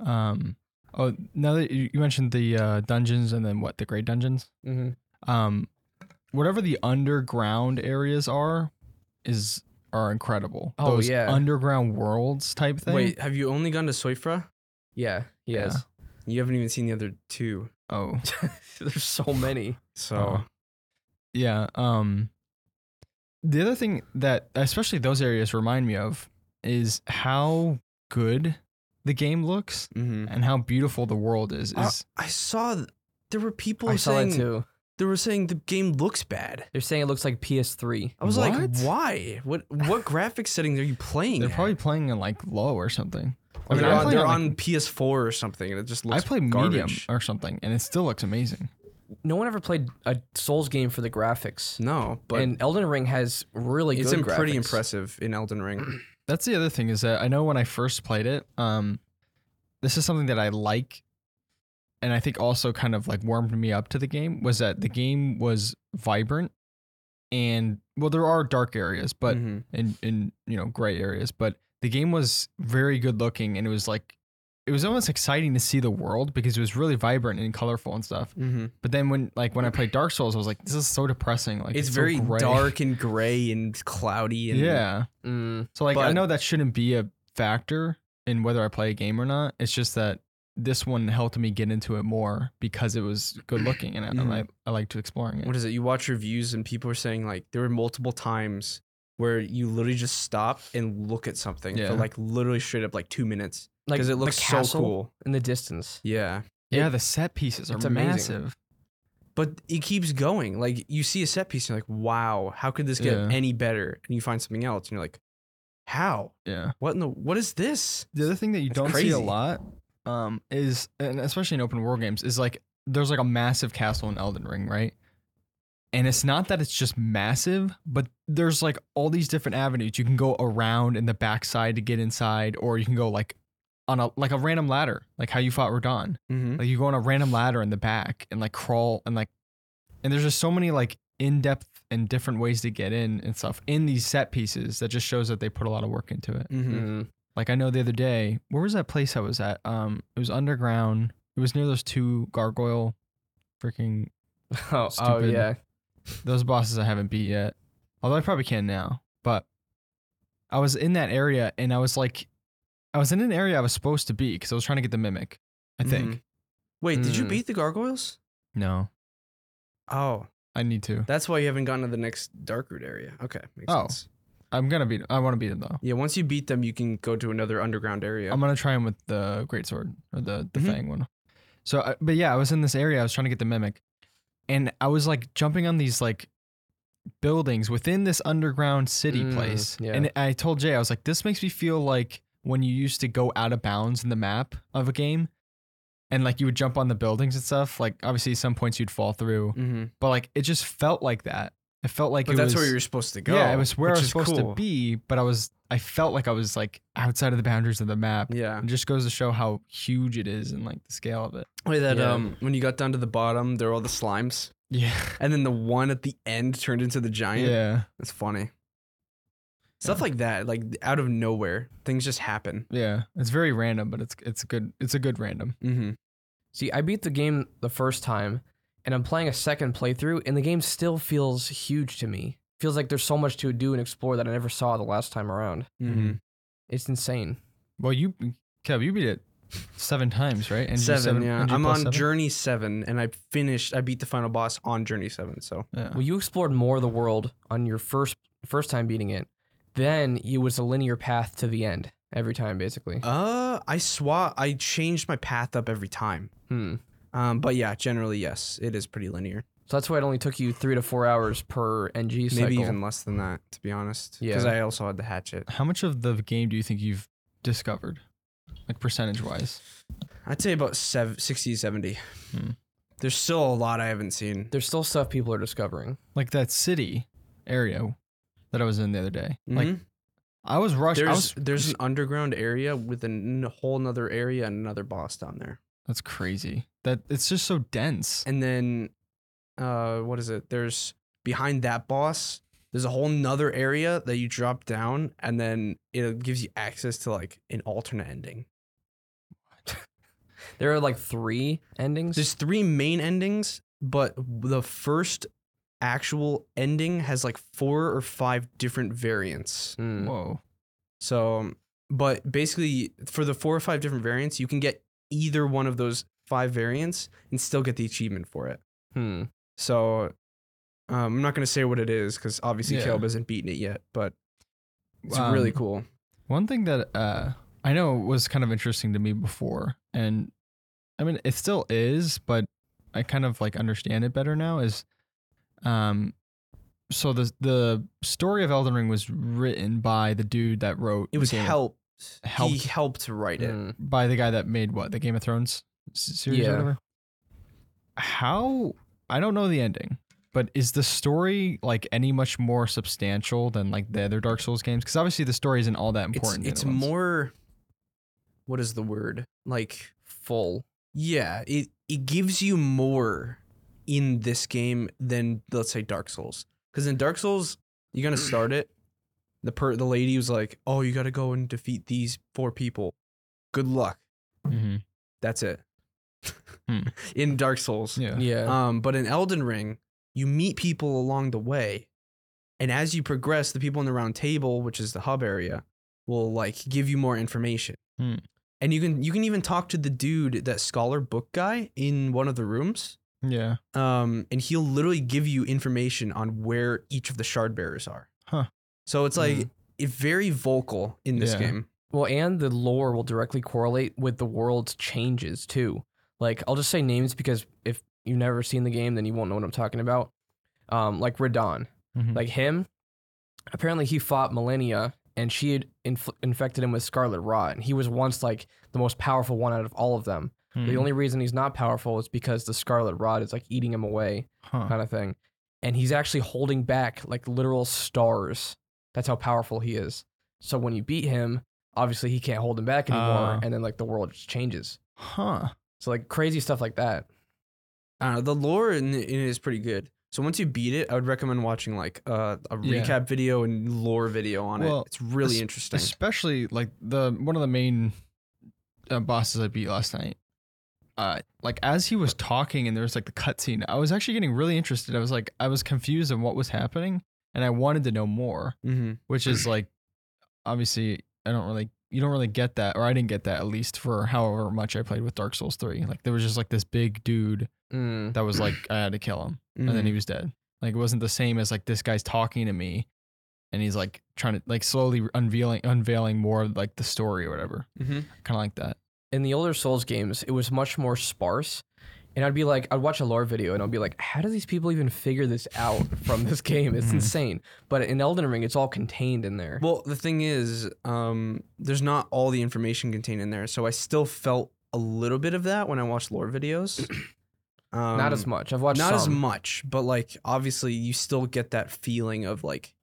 Um. Oh, now that you you mentioned the uh, dungeons and then what the great dungeons.
Mm-hmm.
Um, whatever the underground areas are, is are incredible.
Oh,
Those
yeah.
underground worlds type thing.
wait, have you only gone to Soifra?
Yeah, he
Yeah.
is.
You haven't even seen the other two.
Oh.
There's so many.
So
Oh. Yeah. Um the other thing that especially those areas remind me of is how good the game looks
mhm.
and how beautiful the world is.
Uh,
Is
I saw th- there were people
I saw that
saying
too.
they were saying the game looks bad.
They're saying it looks like PS3.
I was like,
What?
why? What what graphics settings are you playing?
they're
at?
probably playing in like low or something. I
Or
mean,
they're
I
on,
play
they're
on,
on PS4 or something, and it just
I
looks.
played medium uh,
garbage.
or something and it still looks amazing.
No one ever played a Souls game for the graphics.
No, but
and Elden Ring has really
it's
good
im- pretty
graphics.
impressive in Elden Ring.
That's the other thing is that I know when I first played it, um, this is something that I like, and I think also kind of like warmed me up to the game was that the game was vibrant, and well, there are dark areas, but
Mhm.
in in you know gray areas, but the game was very good looking, and it was like it was almost exciting to see the world because it was really vibrant and colorful and stuff.
Mhm.
But then when like when I played Dark Souls, I was like, this is so depressing. Like
it's,
so
very
gray.
dark and gray and cloudy. And
yeah.
Mm,
So like I
But-
know that shouldn't be a factor in whether I play a game or not. It's just that this one helped me get into it more because it was good looking and I, and I, I liked exploring it.
Mm-hmm. what is it? You watch reviews and people are saying like there were multiple times where you literally just stop and look at something
Yeah.
for like literally straight up like two minutes
like
because
the
it looks so
castle
cool.
in the distance.
Yeah,
yeah, the set pieces are
It's amazing.
massive.
but it keeps going. Like you see a set piece, and you're like, wow, how could this get
Yeah.
any better? And you find something else, and you're like, how?
Yeah.
What in the? What is this?
The other thing that you
That's
don't see a
crazy.
lot um, is, and especially in open world games, is like there's like a massive castle in Elden Ring, right? And it's not that it's just massive, but there's like all these different avenues you can go around in the backside to get inside, or you can go like on a like a random ladder, like how you fought Radon.
Mm-hmm.
Like you go on a random ladder in the back and like crawl and like, and there's just so many like in depth and different ways to get in and stuff in these set pieces that just shows that they put a lot of work into it.
Mm-hmm.
Mm.
Like I know the other day, where was that place I was at? Um, it was underground. It was near those two gargoyle, freaking
Oh, oh
Stupid.
yeah.
those bosses I haven't beat yet. Although I probably can now. But I was in that area and I was like, I was in an area I was supposed to be because I was trying to get the mimic. I think
Mhm. Wait, did you
Mm.
beat the gargoyles?
no,
Oh,
I need to.
that's why you haven't gone to the next dark root area. Okay, makes
Oh.
sense.
I'm gonna beat. I want to beat him though.
Yeah, once you beat them, you can go to another underground area.
I'm gonna try him with the great sword or the the
Mhm.
fang one. So, I, but yeah, I was in this area. I was trying to get the mimic, and I was like jumping on these like buildings within this underground city
Mm,
place.
yeah.
And I told Jay, I was like, this makes me feel like when you used to go out of bounds in the map of a game, and like you would jump on the buildings and stuff. Like obviously, some points you'd fall through,
mm-hmm.
but like it just felt like that. It felt like
But
it
that's
was,
where you were supposed to go.
yeah, it was where I
which
was
is
supposed
cool.
to be, but I was I felt like I was like outside of the boundaries of the map.
Yeah.
It just goes to show how huge it is and like the scale of it.
Wait, that
Yeah.
um, when you got down to the bottom, there were all the slimes,
Yeah.
and then the one at the end turned into the giant.
Yeah.
That's funny. Stuff like that, like out of nowhere, things just happen.
Yeah. It's very random, but it's it's good. It's a good random.
Mm-hmm.
See, I beat the game the first time, and I'm playing a second playthrough, and the game still feels huge to me. Feels like there's so much to do and explore that I never saw the last time around.
Mm-hmm.
It's insane.
Well, you Kev, you beat it seven times, right? And you
Seven, yeah.
and you
I'm on
plus seven?
journey seven, and I finished. I beat the final boss on journey seven. So
Yeah.
Well, you explored more of the world on your first first time beating it. Then it was a linear path to the end every time, basically.
Uh, I swap. I changed my path up every time.
hmm.
Um, but yeah, generally yes, it is pretty linear.
So that's why it only took you three to four hours per NG cycle.
Maybe even less than that, to be honest. Because
Yeah.
I also had the hatchet.
How much of the game do you think you've discovered, like percentage wise?
I'd say about sev- 60, 70.
Hmm.
There's still a lot I haven't seen.
There's still stuff people are discovering.
Like that city area that I was in the other day. Like
Mhm.
I was rushed. I
there's
was,
there's an underground area with a n- whole another area and another boss down there.
that's crazy. That it's just so dense.
And then uh what is it? There's behind that boss, there's a whole nother area that you drop down and then it gives you access to like an alternate ending.
There are like three endings.
There's three main endings, but the first actual ending has like four or five different variants.
Mm.
Whoa.
So, um, but basically, for the four or five different variants, you can get either one of those five variants and still get the achievement for it.
Hmm.
So, um, I'm not gonna say what it is because obviously
Yeah.
Caleb hasn't beaten it yet, but it's
Um,
really cool.
One thing that uh, I know was kind of interesting to me before, and I mean it still is, but I kind of like understand it better now. Is um, so the the story of Elden Ring was written by the dude that wrote
It was
the Game of-
helped. He
helped.
helped write it.
Mm.
by the guy that made what the Game of Thrones s- series
Yeah.
or whatever. How I don't know the ending, but is the story like any much more substantial than like the other Dark Souls games? Because obviously the story isn't all that
It's
important. in
it's
the ones.
more. What is the word like?
Full.
Yeah, it it gives you more in this game than let's say Dark Souls. Because in Dark Souls, you're gonna start it. The per the lady was like, "Oh, you gotta go and defeat these four people. Good luck.
Mhm.
That's it."
Hmm.
in Dark Souls,
Yeah.
Yeah.
um, but in Elden Ring, you meet people along the way, and as you progress, the people in the round table, which is the hub area, will like give you more information.
Hmm.
And you can you can even talk to the dude, that scholar book guy, in one of the rooms,
Yeah.
um, and he'll literally give you information on where each of the shard bearers are.
Huh. Hmm.
So it's like it's very vocal in this
Yeah.
game.
Well, and the lore will directly correlate with the world's changes too. Like I'll just say names because if you've never seen the game, then you won't know what I'm talking about. Um, like Radon,
Hmm.
Mhm.
like him. Apparently, he fought Millennia, and she had inf- infected him with scarlet rot. And he was once like the most powerful one out of all of them.
Hmm.
Mm-hmm.
The only reason he's not powerful is because the scarlet rot is like eating him away.
Huh.
kind of thing. And he's actually holding back like literal stars. That's how powerful he is. So when you beat him, obviously he can't hold him back anymore.
Ah.
Oh.
and then like the world just changes.
Huh.
So like crazy stuff like that.
I don't know. Uh, The lore in, in it is pretty good. So once you beat it, I would recommend watching like uh, a
Yeah.
recap video and lore video on
Well,
it. It's really
es-
interesting.
Especially like the one of the main uh, bosses I beat last night. Uh, like as he was talking and there was like the cutscene, I was actually getting really interested. I was like, I was confused on what was happening, and I wanted to know more.
Mhm.
Which is like, obviously, I don't really, you don't really get that, or I didn't get that at least for however much I played with Dark Souls Three. Like there was just like this big dude
Mm.
that was like, I had to kill him. and then
Mhm.
he was dead. Like it wasn't the same as like this guy's talking to me, and he's like trying to like slowly unveiling unveiling more of like the story or whatever.
Mhm.
Kind of like that.
In the older Souls games, it was much more sparse. And I'd be like, I'd watch a lore video and I'd be like, how do these people even figure this out from this game? It's
Mhm.
insane. But in Elden Ring, it's all contained in there.
Mm-hmm. Well, the thing is, um, there's not all the information contained in there, so I still felt a little bit of that when I watched lore videos. Um,
not as much. I've watched
Not as
some.
much, but like obviously, you still get that feeling of like,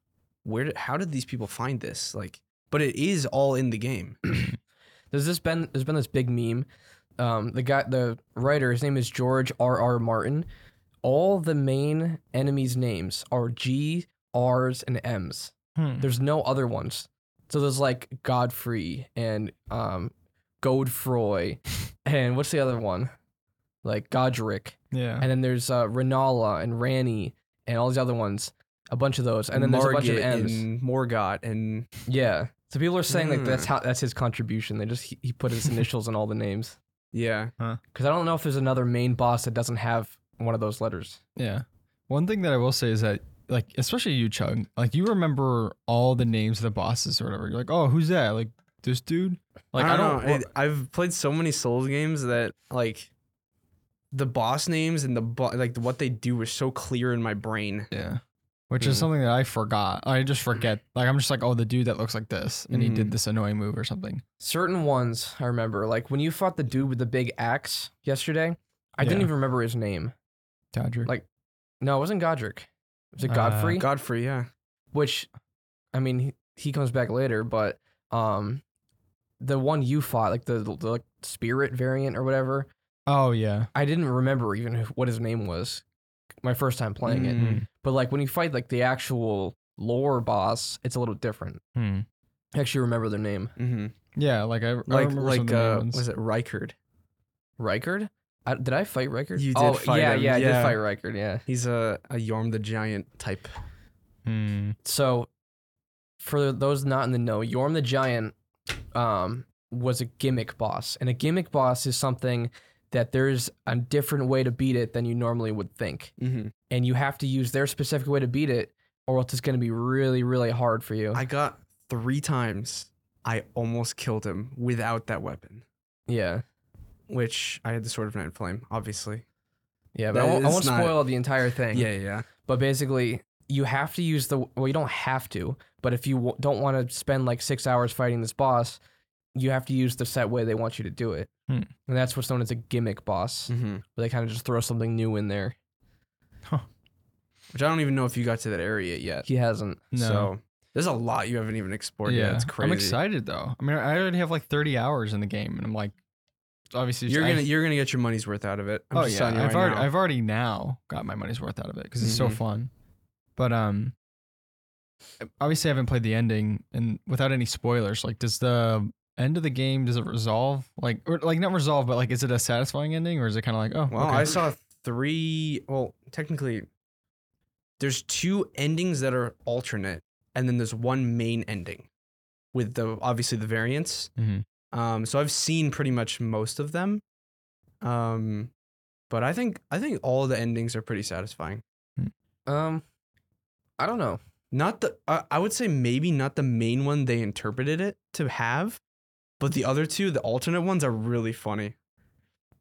where? Did, how did these people find this? Like, but it is all in the game.
There's this been there's been this big meme. Um, the guy, the writer, his name is George R. R. Martin. All the main enemies' names are G, R's, and M's. There's no other ones. So there's like Godfrey and um, Godfroy, and what's the other one? Like Godric,
Yeah.
and then there's uh, Renala and Ranny and all these other ones. A bunch of those, and then there's a bunch of
Margit
M's.
and Morgot and
Yeah. So people are saying like that's
Mm.
how that's his contribution. They just he, he put his initials in all the names.
yeah.
Because I don't know if there's another main boss that doesn't have one of those letters.
yeah. One thing that I will say is that like especially you Chug, like you remember all the names of the bosses or whatever. You're like, oh, who's that? Like this dude. Like
I don't, know.
wa-
it- I've played so many Souls games that like the boss names and the bo- like what they do was so clear in my brain.
yeah. Which is
Mm.
Mhm.
something that I forgot. I just forget. Like I'm just like, oh, the dude that looks like this, and he
Mhm.
did this annoying move or something.
Certain ones I remember, like when you fought the dude with the big axe yesterday. I didn't
Yeah.
even remember his name.
Dodger.
Like- No, it wasn't Godric. Was it
Uh,
Godfrey?
Godfrey, yeah.
Which, I mean, he, he comes back later, but um, the one you fought, like the, the, like, spirit variant or whatever,
oh yeah.
I didn't remember even who- what his name was. my first time playing it.
Mm.
Mm-hmm.
But like when you fight like the actual lore boss, it's a little different.
Hmm.
I actually remember their name.
Mm-hmm.
Yeah, like I, I
Like
remember some of
like
the main
uh,
ones.
was it Reichard?
Reichard? I, did I fight Reichard?
You did
oh,
fight
yeah,
him,
yeah, I
yeah.
did fight Reichard, yeah.
He's a a Yorm the Giant type.
Hmm.
So for those not in the know, Yorm the Giant um, was a gimmick boss. And a gimmick boss is something that there's a different way to beat it than you normally would think.
Mm-hmm.
And you have to use their specific way to beat it, or else it's going to be really, really hard for you.
I got three times. I almost killed him without that weapon,
yeah.
which I had the Sword of Night and Flame, obviously.
Yeah, but I
That
won't, I
is
won't
not-
spoil the entire thing.
Yeah, yeah, yeah.
But basically, you have to use the. Well, you don't have to, but if you w- don't want to spend like six hours fighting this boss, you have to use the set way they want you to do it.
Hmm.
And that's what's known as a gimmick boss,
Mm-hmm.
where they kind of just throw something new in there.
Which I don't even know if you got to that area yet.
He hasn't.
No.
So there's a lot you haven't even explored
yeah,
yet. It's crazy.
I'm excited though. I mean, I already have like 30 hours in the game, and I'm like, obviously,
You're
I-
gonna you're gonna get your money's worth out of it. I'm
oh
just
yeah,
telling you right
I've already
now.
I've already now got my money's worth out of it because it's so
Mhm.
fun. But um, obviously, I haven't played the ending, and without any spoilers, like, does the end of the game does it resolve? Like, or like not resolve, but like, is it a satisfying ending, or is it kind of like, oh,
Well,
okay.
I saw three. Well, technically, there's two endings that are alternate, and then there's one main ending with the obviously the variants.
Mhm.
Um, so I've seen pretty much most of them. Um, but I think I think all the endings are pretty satisfying.
Um, I don't know.
Not the I I would say maybe not the main one they interpreted it to have, but the other two, the alternate ones, are really funny.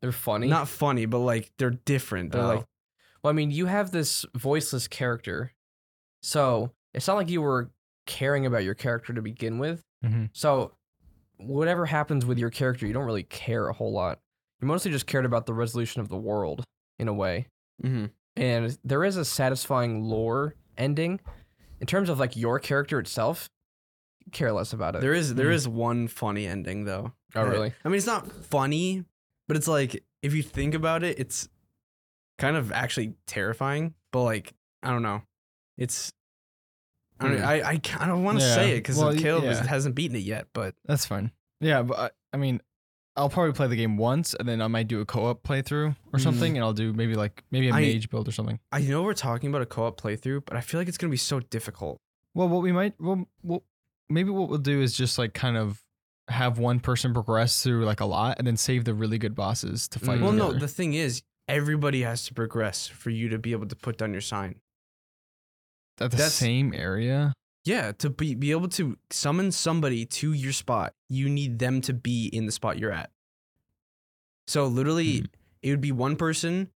They're funny.
Not funny, but like they're different. They're
Oh.
like
Well, I mean, you have this voiceless character, so it's not like you were caring about your character to begin with.
Mm-hmm.
Mhm.
So, whatever happens with your character, you don't really care a whole lot. You mostly just cared about the resolution of the world in a way.
mm-hmm.
And there is a satisfying lore ending. In terms of like your character itself, care less about it.
There is there
Mm.
is one funny ending though.
oh, really?
I mean, it's not funny, but it's like if you think about it, it's kind of actually terrifying. But like I don't know, it's I don't
Mm.
I I kind of want to
Yeah.
say it because
Well, y-
Caleb
yeah.
hasn't beaten it yet. But
That's fine. Yeah, but uh, I, I mean, I'll probably play the game once, and then I might do a co-op playthrough or
Mhm.
something, and I'll do maybe like maybe a
I-
mage build or something.
I know we're talking about a co-op playthrough, but I feel like it's gonna be so difficult.
Well, what we might well, well maybe what we'll do is just like kind of have one person progress through like a lot, and then save the really good bosses to fight.
Mm.
Well, no,
together.
the thing is, everybody has to progress for you to be able to put down your sign.
at the
that's-
same area.
Yeah, to be, be able to summon somebody to your spot, you need them to be in the spot you're at. So literally,
Hmm.
it would be one person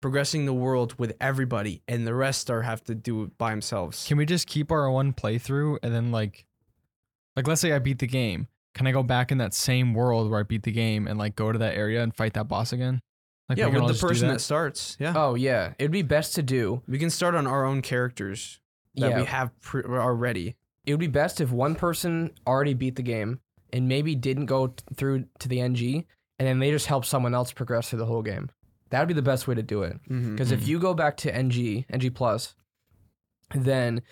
progressing the world with everybody, and the rest are have to do it by themselves.
Can we just keep our one playthrough, and then like, like let's say I beat the game. Can I go back in that same world where I beat the game and like go to that area and fight that boss again? Like
yeah,
we can
with
all
the
just do
person
that?
that. starts. Yeah,
Oh, yeah. It'd be best to do.
we can start on our own characters that
yeah.
we have pre- already.
it would be best if one person already beat the game and maybe didn't go t- through to the NG, and then they just help someone else progress through the whole game. That would be the best way to do it.
Mm-hmm.
Mhm.
Because if you go back to NG, NG plus, then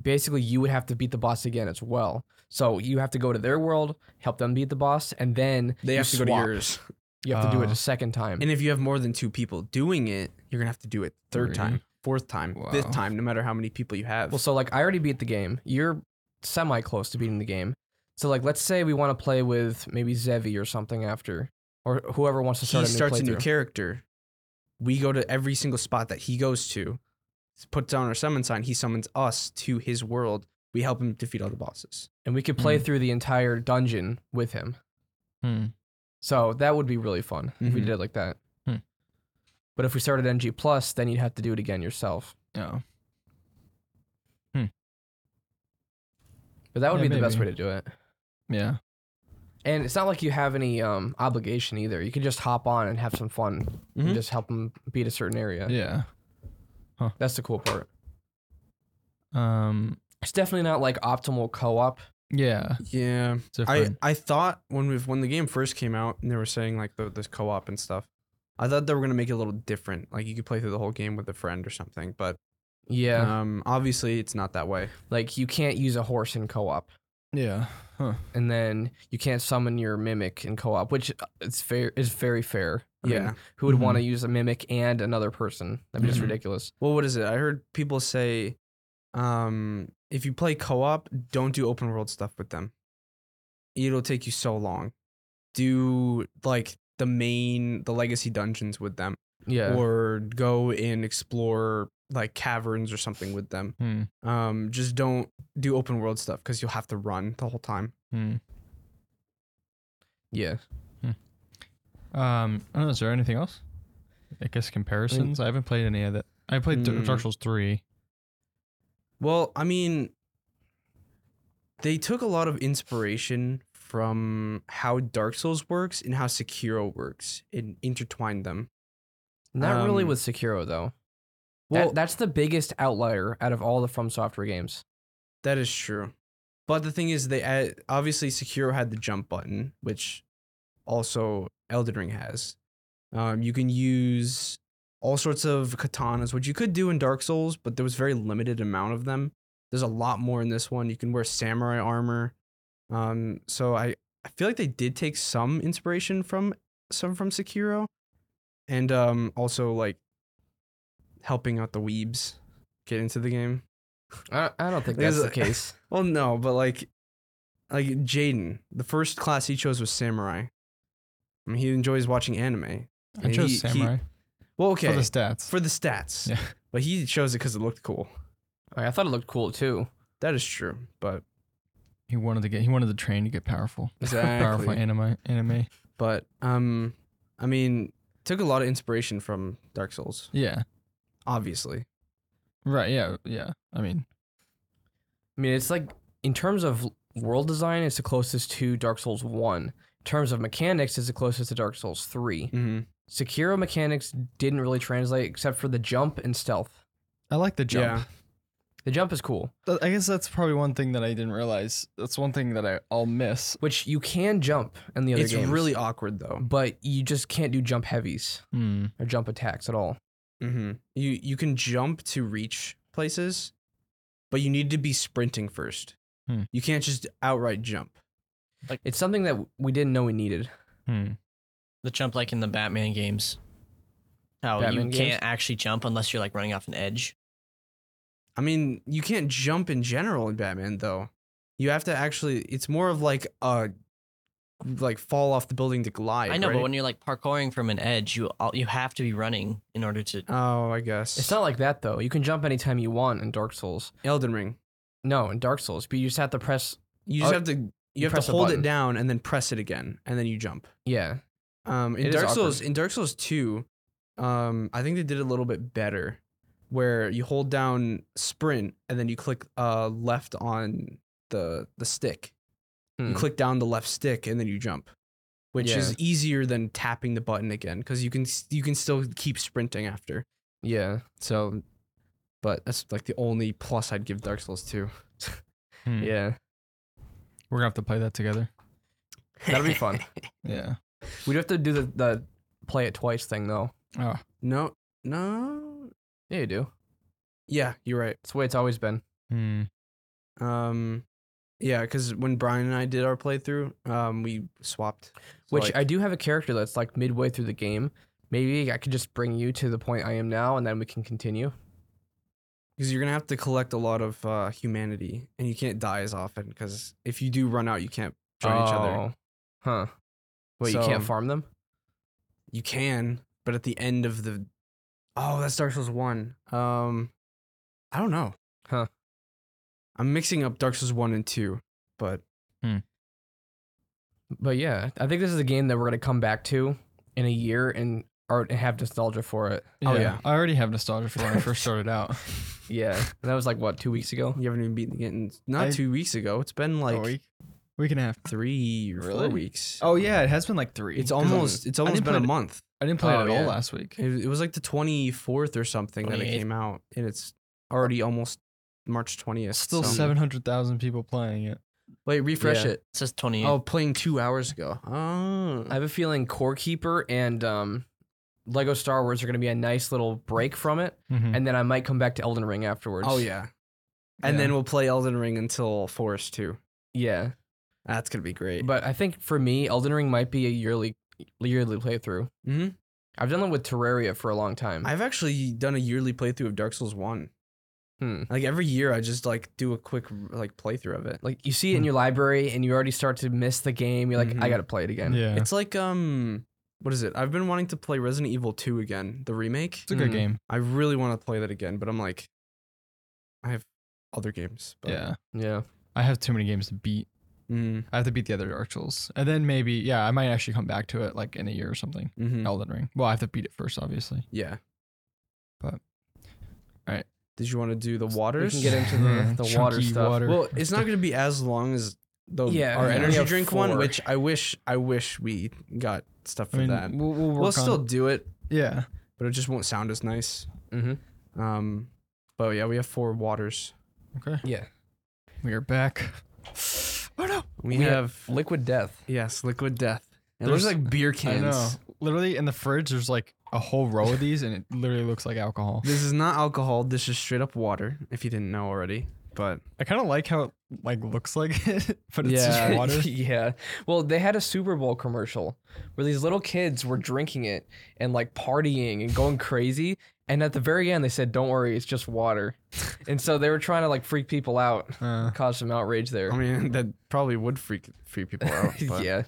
basically you would have to beat the boss again as well. So you have to go to their world, help them beat the boss, and then
They
you
have to go to
swap.
yours, Uh.
You have to do it
Oh.
a second time.
and if you have more than two people doing it, you're gonna have to do it third
Three.
time, fourth time, fifth
Wow.
time, no matter how many people you have.
Well, so like I already beat the game. You're semi close to beating the game. So like let's say we want to play with maybe Zevi or something after, or whoever wants to start
he
a new
starts a new
playthrough.
character. We go to every single spot that he goes to, puts down our summon sign. He summons us to his world. We help him defeat all the bosses.
and we could play through the entire dungeon with him.
Hmm.
So that would be really fun if we
Mhm.
did it like that.
Hmm.
But if we started NG plus, then you'd have to do it again yourself.
No.
But that would
Yeah,
be the best way
maybe.
to do it.
Yeah.
And it's not like you have any um, obligation either. You can just hop on and have some fun
Mhm.
and just help them beat a certain area.
Yeah.
That's the cool part.
Um.
It's definitely not like optimal co-op.
Yeah.
Yeah,
It's different.
I I thought when we when the game first came out and they were saying like the, this co op and stuff, I thought they were gonna make it a little different. Like you could play through the whole game with a friend or something, but
Yeah,
um, obviously it's not that way.
like you can't use a horse in co-op,
Yeah. Huh.
and then you can't summon your mimic in co-op, which uh, it's fair is very fair. I mean,
Yeah. Mm-hmm.
who would
Mhm.
want to use a mimic and another person? That'd be just
Mhm.
ridiculous.
Well, what is it? I heard people say, um, if you play co-op, don't do open world stuff with them. It'll take you so long. Do like the main, the legacy dungeons with them,
Yeah,
or go and explore like caverns or something with them.
Hmm.
Um, just don't do open world stuff because you'll have to run the whole time.
Hmm.
yeah.
Um, I don't know, is there anything else? I guess comparisons. I haven't played any of that. I played Dar-
Mm.
Dark Souls three.
Well, I mean, they took a lot of inspiration from how Dark Souls works and how Sekiro works and intertwined them.
Not really
Um,
with Sekiro though. Well,
Well,
that's the biggest outlier out of all the From Software games.
that is true. But the thing is, they add, obviously Sekiro had the jump button, which also Elden Ring has. Um, you can use all sorts of katanas, which you could do in Dark Souls, but there was very limited amount of them. There's a lot more in this one. You can wear samurai armor. Um, so I, I feel like they did take some inspiration from some from Sekiro, and um, also like helping out the weebs get into the game.
I, I don't think
There's
that's the
a-
case.
Well, no, but like, like Jaden, the first class he chose was samurai. I mean, he enjoys watching anime.
I
And
chose
he- he-
Samurai
well, okay,
for the stats.
stats.
Yeah.
But he chose it because it looked cool.
Alright, I thought it looked cool too.
That is true. But
he wanted to get. He wanted the train to get powerful. Powerful
exactly.
anime. Anime.
but um, I mean, took a lot of inspiration from Dark Souls,
Yeah.
obviously.
Right. Yeah. Yeah. I mean.
I mean, it's like in terms of world design, it's the closest to Dark Souls One. In terms of mechanics, it's the closest to Dark Souls Three.
Mm-hmm.
Sekiro mechanics didn't really translate except for the jump and stealth.
I like the jump.
Yeah.
The jump is cool,
Th- I guess that's probably one thing that I didn't realize. That's one thing that I, I'll miss.
which you can jump in the other
It's
games,
really awkward though.
but you just can't do jump heavies
Hmm.
or jump attacks at all.
Mm-hmm. You you can jump to reach places, but you need to be sprinting first.
Hmm.
You can't just outright jump.
It's something that we didn't know we needed.
Hmm.
The jump like in the Batman games. How you
Batman
can't
games?
actually jump unless you're like running off an edge.
I mean, you can't jump in general in Batman though. You have to actually. It's more of like a like fall off the building to glide.
I know,
right?
but when you're like parkouring from an edge, you all, you have to be running in order to.
oh, I guess
It's not like that though. You can jump anytime you want in Dark Souls.
Elden Ring.
No, in Dark Souls, but you just have to press.
You just
Oh,
have to you have
press
to
a
hold it
button.
down and then press it again and then you jump.
Yeah,
Um, in
It is
Dark Souls,
awkward.
in Dark Souls two, um, I think they did it a little bit better, where you hold down sprint and then you click uh left on the the stick. You
Hmm.
click down the left stick and then you jump, which
Yeah.
is easier than tapping the button again because you can s- you can still keep sprinting after.
yeah.
So, but that's like the only plus I'd give Dark Souls two. Hmm.
Yeah,
We're gonna have to play that together.
that'll be fun.
Yeah.
We'd have to do the, the play it twice thing though.
Oh.
No, no.
Yeah, you do.
Yeah, you're right.
It's the way it's always been.
Hmm.
Um, yeah, because when Brian and I did our playthrough, um, we swapped. So,
Which
like-
I do have a character that's like midway through the game. Maybe I could just bring you to the point I am now, and then we can continue.
because you're gonna have to collect a lot of uh, humanity, and you can't die as often. Because if you do run out, you can't join each other.
Oh. Huh. Wait, you can't
So-
farm them?
You can, but at the end of the, oh, that's Dark Souls one. Um, I don't know.
Huh.
I'm mixing up Dark Souls one and two, but
But yeah, I think this is a game that we're gonna come back to in a year and or and have nostalgia for it.
Oh, yeah.
I already have nostalgia for when I first started out.
Yeah, and that was like what two weeks ago.
you haven't even beaten the game. Not
I-
two weeks ago. It's been like
week and a half.
three or
Really?
four weeks.
Oh yeah, it has been like three.
It's
'Cause I'm-
almost. It's
I
almost
didn't
been a
play it-
month.
I didn't play it
Oh,
at
yeah.
all last week.
It, it was like the 24th or something that it
28th.
came out, and it's already almost March 20th.
Still
so-
seven hundred thousand people playing it.
Wait, refresh
Yeah.
it.
It says 20.
Oh, playing two hours ago. Oh,
I have a feeling Core Keeper and um, Lego Star Wars are going to be a nice little break from it,
Mhm.
and then I might come back to Elden Ring afterwards.
Oh yeah. And
Yeah.
then we'll play Elden Ring until Forest 2.
yeah.
That's gonna be great.
But I think for me, Elden Ring might be a yearly yearly playthrough.
hmm
I've done it with Terraria for a long time.
I've actually done a yearly playthrough of Dark Souls One.
Hmm.
Like every year, I just like do a quick like playthrough of it.
like you see it in your library, and you already start to miss the game. You're like, I
Mhm.
got to play it again.
yeah, it's,
It's like um, what is it? I've been wanting to play Resident Evil Two again, the remake.
a good
Mm.
game.
I really want to play that again, but I'm like, I have other games. But,
Yeah,
Yeah.
I have too many games to beat.
Mm,
I have to beat the other Dark Souls, and then maybe yeah, I might actually come back to it like in a year or something.
mhm.
Elden Ring. Well, I have to beat it first, obviously.
Yeah.
But- alright.
Did you want to do the
We
waters?
can get into the, the water
Mm-hmm. Chunky
stuff.
water.
Well, it's not going to be as long as the
Yeah,
our
yeah. We
energy
have
drink one,
four.
which I wish I wish we got stuff
I
for
mean,
that.
we'll, we'll work
We'll
on
still
it.
do it,
yeah.
but it just won't sound as nice.
Mhm.
Mm-hmm.
Um, but yeah, we have four waters.
Okay,
Yeah.
we are back. Oh no!
We,
We
have,
Liquid Death.
yes, liquid death. It looks
There's-
like beer
I
cans.
know. Literally in the fridge, there's like a whole row of these, and it literally looks like alcohol.
This is not alcohol. This is straight up water. If you didn't know already, but
I kind of like how it like looks like it, but it's
yeah.
just water.
yeah. Well, they had a Super Bowl commercial where these little kids were drinking it and like partying and going crazy. And at the very end, they said, "Don't worry, it's just water." and so they were trying to like freak people out,
Uh,
cause some outrage there.
I mean that probably would freak freak people out. But
yeah.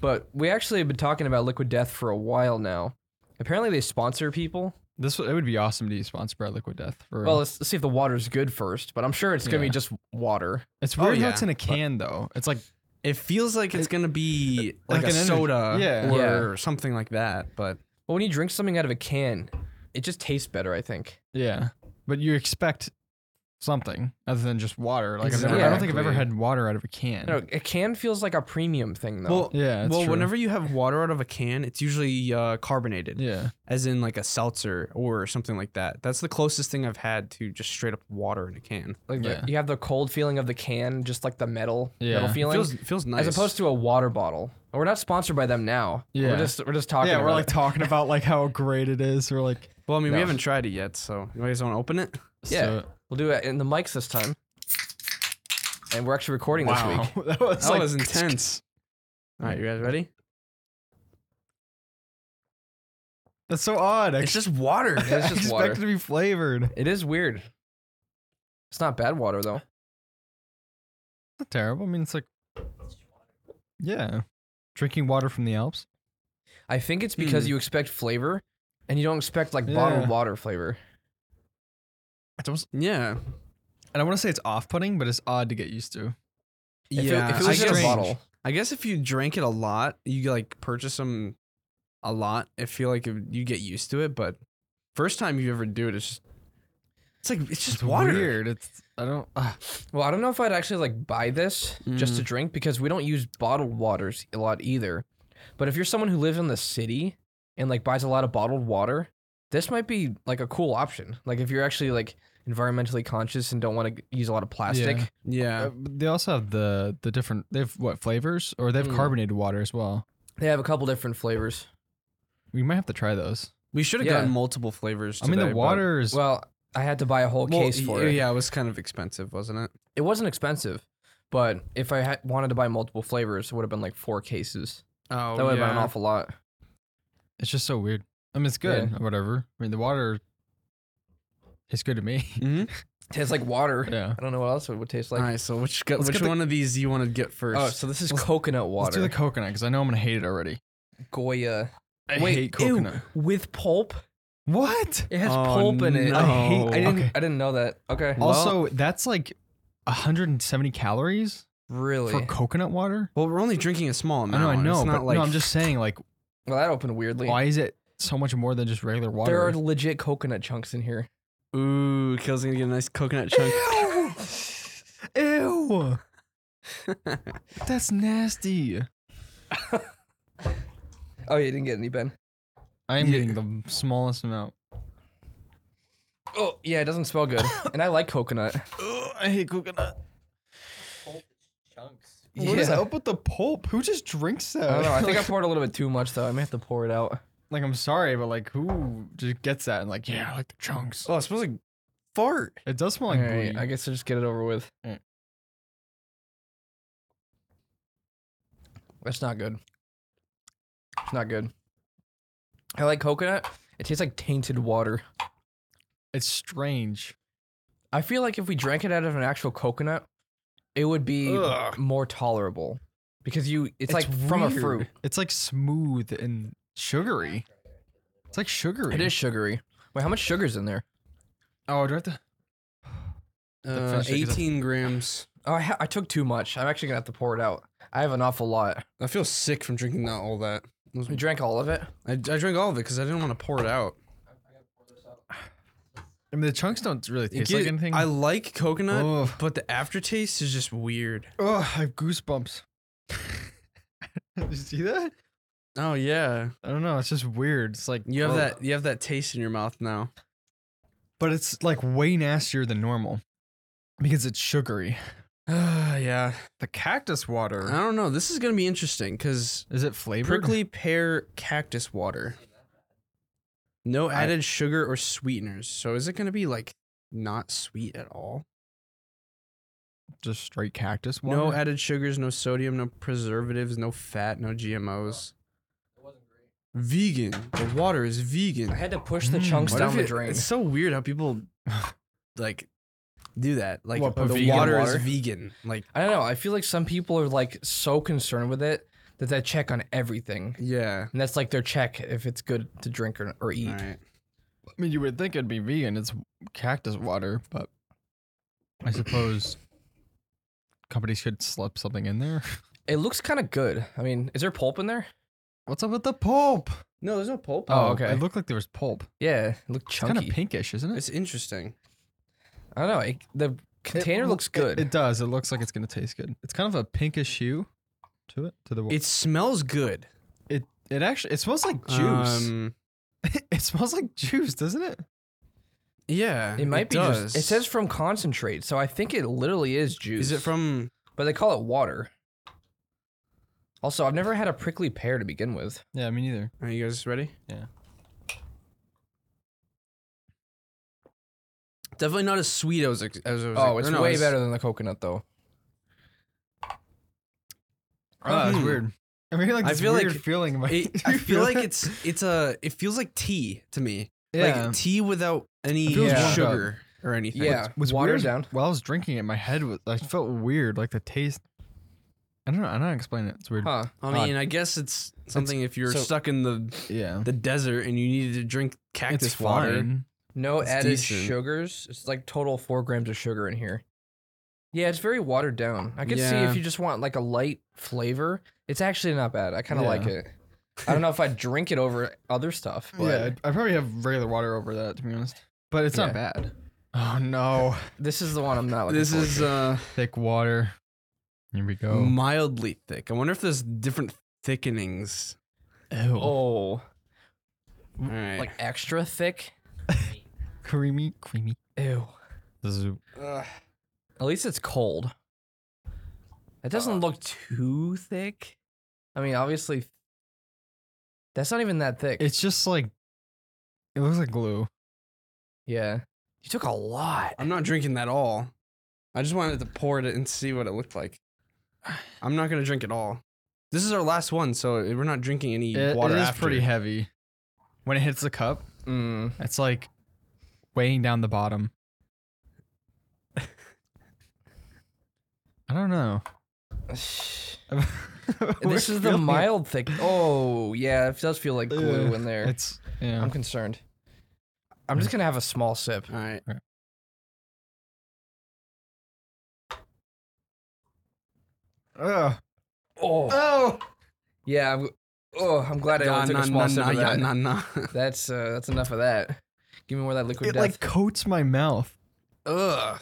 But we actually have been talking about Liquid Death for a while now. Apparently, they sponsor people.
this w- it would be awesome to be sponsored by Liquid Death. For
Well,
real.
let's, let's see if the water's good first. But I'm sure it's gonna
Yeah.
be just water.
it's
oh,
weird how
yeah,
it's in a
but-
can though. It's like
It feels like it's gonna be like,
like
a
an ener-
soda,
yeah.
or something like that. But
But when you drink something out of a can, it just tastes better. I think.
yeah, but you expect something other than just water. Like I've never, I don't think I've ever
Exactly.
had water out of a can.
No, a can feels like a premium thing though.
well,
Yeah, it's
well,
true.
whenever you have water out of a can, it's usually uh, carbonated,
Yeah,
as in like a seltzer or something like that. That's the closest thing I've had to just straight up water in a can.
Like the-
Yeah.
you have the cold feeling of the can, just like the metal metal
Yeah.
It
feeling,
feels feels nice.
as opposed to a water bottle. And We're not sponsored by them now.
Yeah.
we're just we're just talking.
yeah, we're
about
like
it.
talking about like how great it is. We're like,
well, I mean,
No.
we haven't tried it yet, so you guys want to open it?
Yeah.
so-
we'll do it in the mics this time. And we're actually recording this week.
Wow. that was
That
like,
was intense. All right, you guys ready?
That's so odd. I,
It's just water.
Yeah, It's
I
just
expect
water.
it to be flavored.
It is weird. It's not bad water though.
Not terrible. I mean, it's like, yeah, drinking water from the Alps.
I think it's because
Hmm.
you expect flavor, and you don't expect like bottled
Yeah.
water flavor.
It's almost,
yeah.
I don't want to say it's off-putting, but it's odd to get used to.
If it-
yeah.
if it,
I
was in a
guess-
bottle,
I guess if you drank it a lot, you like purchase them a lot. I feel like it, you get used to it, but first time you ever do it, it's just it's like it's just
It's
water.
weird. It's I don't. Uh,
well, I don't know if I'd actually like buy this just
Mm.
to drink because we don't use bottled waters a lot either. But if you're someone who lives in the city and like buys a lot of bottled water, this might be like a cool option. Like if you're actually like environmentally conscious and don't want to use a lot of plastic.
Yeah.
Yeah,
uh, they also have the the different. They have what flavors, or they have
Mm.
carbonated water as well.
They have a couple different flavors.
We might have to try those.
we should have
Yeah.
gotten multiple flavors.
I mean,
today,
the
but-
water is
Well, I had to buy a whole
Well,
case for
y-
it.
Yeah, it was kind of expensive, wasn't it?
It wasn't expensive, but if I had wanted to buy multiple flavors, it would have been like four cases.
Oh,
that would have been an awful lot.
it's just so weird. I mean, it's good. or Whatever. I mean, the water tastes good to me.
Tastes like water.
yeah.
I don't know what else it would taste like.
All right, so which go-
Let's
which
get the-
one of these do you want to get first?
Oh, so this is
Let's-
coconut
Let's
water.
do the coconut because I know I'm gonna hate it already.
Goya
I
Wait,
hate
ew.
coconut.
with pulp.
What?
It has
Oh,
pulp in it.
no. I hate-
I didn't.
Okay.
I didn't know that. Okay.
Also, that's like 170 calories
really?
for coconut water.
well, we're only drinking a small
I
amount.
know, I know,
It's not
but
like
no, I'm just saying, like,
well, that opened weirdly.
why is it so much more than just regular water?
There are legit coconut chunks in here.
ooh, Kill's gonna get a nice coconut chunk.
Ew. That's nasty.
Oh, you didn't get any, Ben.
I am
Yeah.
getting the smallest amount.
Oh, yeah, it doesn't smell good, and I like coconut.
Ugh, I hate coconut.
yeah.
with the pulp? Who just drinks that?
I don't know. I think I poured a little bit too much though. I may have to pour it out.
Like I'm sorry, but like who just gets that and like yeah, I like the chunks.
Oh, it smells like fart.
It does smell like
All right,
bleach.
I guess I'll just get it over with.
Mm.
Alright.
That's not good. It's not good. I like coconut. It tastes like tainted water.
It's strange.
I feel like if we drank it out of an actual coconut, it would be
Ugh.
more tolerable because you it's, like from a
weird.
fruit.
It's like smooth and sugary. It's like sugary.
It is sugary. Wait, how much sugar's in there?
Oh, do I have to?
Uh,
finish it 'cause I-
18 grams.
Oh, I, ha- I took too much. I'm actually gonna have to pour it out. I have an awful lot.
I feel sick from drinking not all that.
We drank all of it.
I, I drank all of it because I didn't want to pour it out.
I mean, the chunks don't really
It
taste like
get-
anything.
I like Oh. coconut,
Ugh.
but the aftertaste is just weird.
Ugh, I have goosebumps. Did you see that?
Oh yeah,
I don't know. It's just weird. It's like
you have
ugh.
that you have that taste in your mouth now.
but it's like way nastier than normal because it's sugary.
yeah,
The cactus
I
water
don't know. This is gonna be interesting because
is it flavored?
prickly pear cactus water. No
I-
added sugar or sweeteners. So is it gonna be like not sweet at all?
Just straight cactus water.
No added sugars, no sodium, no preservatives, no fat, no GMOs. Vegan. The water is vegan.
I had to push the
Mm,
chunks
What
down
if
the
it-
drain.
It's so weird how people like do that. Like
What, put
the
vegan
water,
water?
is vegan. Like
I don't know. I feel like some people are like so concerned with it that they check on everything,
yeah.
and that's like their check if it's good to drink or, or eat.
All right.
I mean, you would think it'd be vegan. It's cactus water, but I suppose companies could slip something in there.
It looks kind of good. I mean, is there pulp in there?
What's up with the pulp?
No, there's no pulp.
Oh, okay.
It looked like there was pulp.
Yeah, it looked
It's kind of
chunky.
pinkish, isn't it?
It's interesting.
I don't know. It, the container
It-
looks good.
It, it does. It looks like it's gonna taste good. It's kind of a pinkish hue to it. To the
It smells good.
it it actually it smells like juice.
Um,
it smells like juice, doesn't it?
yeah.
It might be
does.
just. It says from concentrate, so I think it literally is juice.
Is it from
But they call it water. Also, I've never had a prickly pear to begin with.
Yeah, me neither.
Are you guys ready?
Yeah.
Definitely not as sweet as as I was
Oh, it's
or no,
way better than the coconut, though.
Oh, that's
Hmm.
weird. I mean, like
I
this
feel like
weird feeling. in my-
It,
Do
I
you
feel like
that?
it's it's a it feels like tea to me.
yeah.
Like tea without any
It feels
warmed
sugar or anything.
Yeah,
was
water
weird.
down.
While I was drinking it, my head was. I felt weird. Like the taste. I don't know. I don't know how to explain it. It's weird.
Huh.
I mean, I guess it's something if you're
so-
stuck in the
Yeah.
the desert and you needed to drink cactus
It's
water.
fine.
No
It's
added
decent.
sugars. It's like total four grams of sugar in here. Yeah, it's very watered down. I could see
Yeah.
if you just want like a light flavor. It's actually not bad. I kind of
Yeah.
like it. I don't know if I'd drink it over other stuff, but
Yeah, I'd- I probably have regular water over that to be honest. But it's not bad. Oh no,
this is the one I'm not looking
This
forward
is
to.
uh,
thick water. Here we go.
mildly thick. I wonder if there's different thickenings.
oh,
All right.
like extra thick.
Creamy, creamy.
Ew.
This is
At least it's cold. It doesn't look too thick. I mean, obviously, that's not even that thick.
It's just like it looks like glue.
yeah. You took a lot.
I'm not drinking that all. I just wanted to pour it and see what it looked like. I'm not gonna drink it all. This is our last one, so we're not drinking any
It-
water.
it is
after.
pretty heavy. When it hits the cup,
Mm.
it's like weighing down the bottom. I don't know.
this is the mild thick. Oh yeah, it does feel like glue in there.
It's yeah.
I'm concerned. I'm just gonna have a small sip.
All right.
Ugh.
Oh
Oh,
yeah. I'm, oh, I'm glad I
Nah,
only took
nah,
a small
nah,
sip
nah,
of
yeah,
that.
nah, nah.
That's uh, that's enough of that. Give me more of that liquid
it
death.
like coats my mouth.
Ugh.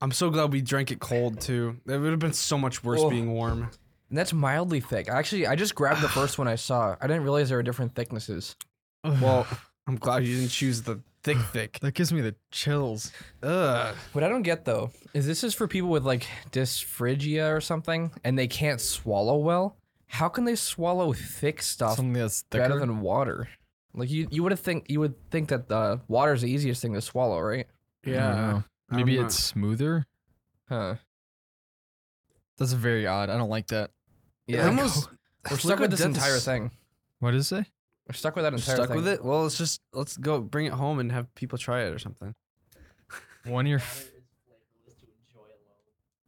I'm so glad we drank it cold too. It would have been so much worse
Oh.
being warm.
And that's mildly thick. Actually, I just grabbed the first one I saw. I didn't realize there were different thicknesses.
Well, I'm glad you didn't choose the thick, thick.
that gives me the chills.
Ugh.
What I don't get though is this is for people with like dysphagia or something, and they can't swallow well. How can they swallow thick stuff
Something that's thicker.
better than water? Like you, you would have think you would think that the water's the easiest thing to swallow, right?
I don't know.
I'm
Maybe
not-
it's smoother.
Huh.
That's very odd. I don't like that.
Yeah.
I almost
We're
Let's
stuck
look
with
at
this entire
dentist-
thing.
What is it?
We're stuck with that entire
stuck
thing.
with it. Well, let's just let's go bring it home and have people try it or something.
One of your. F-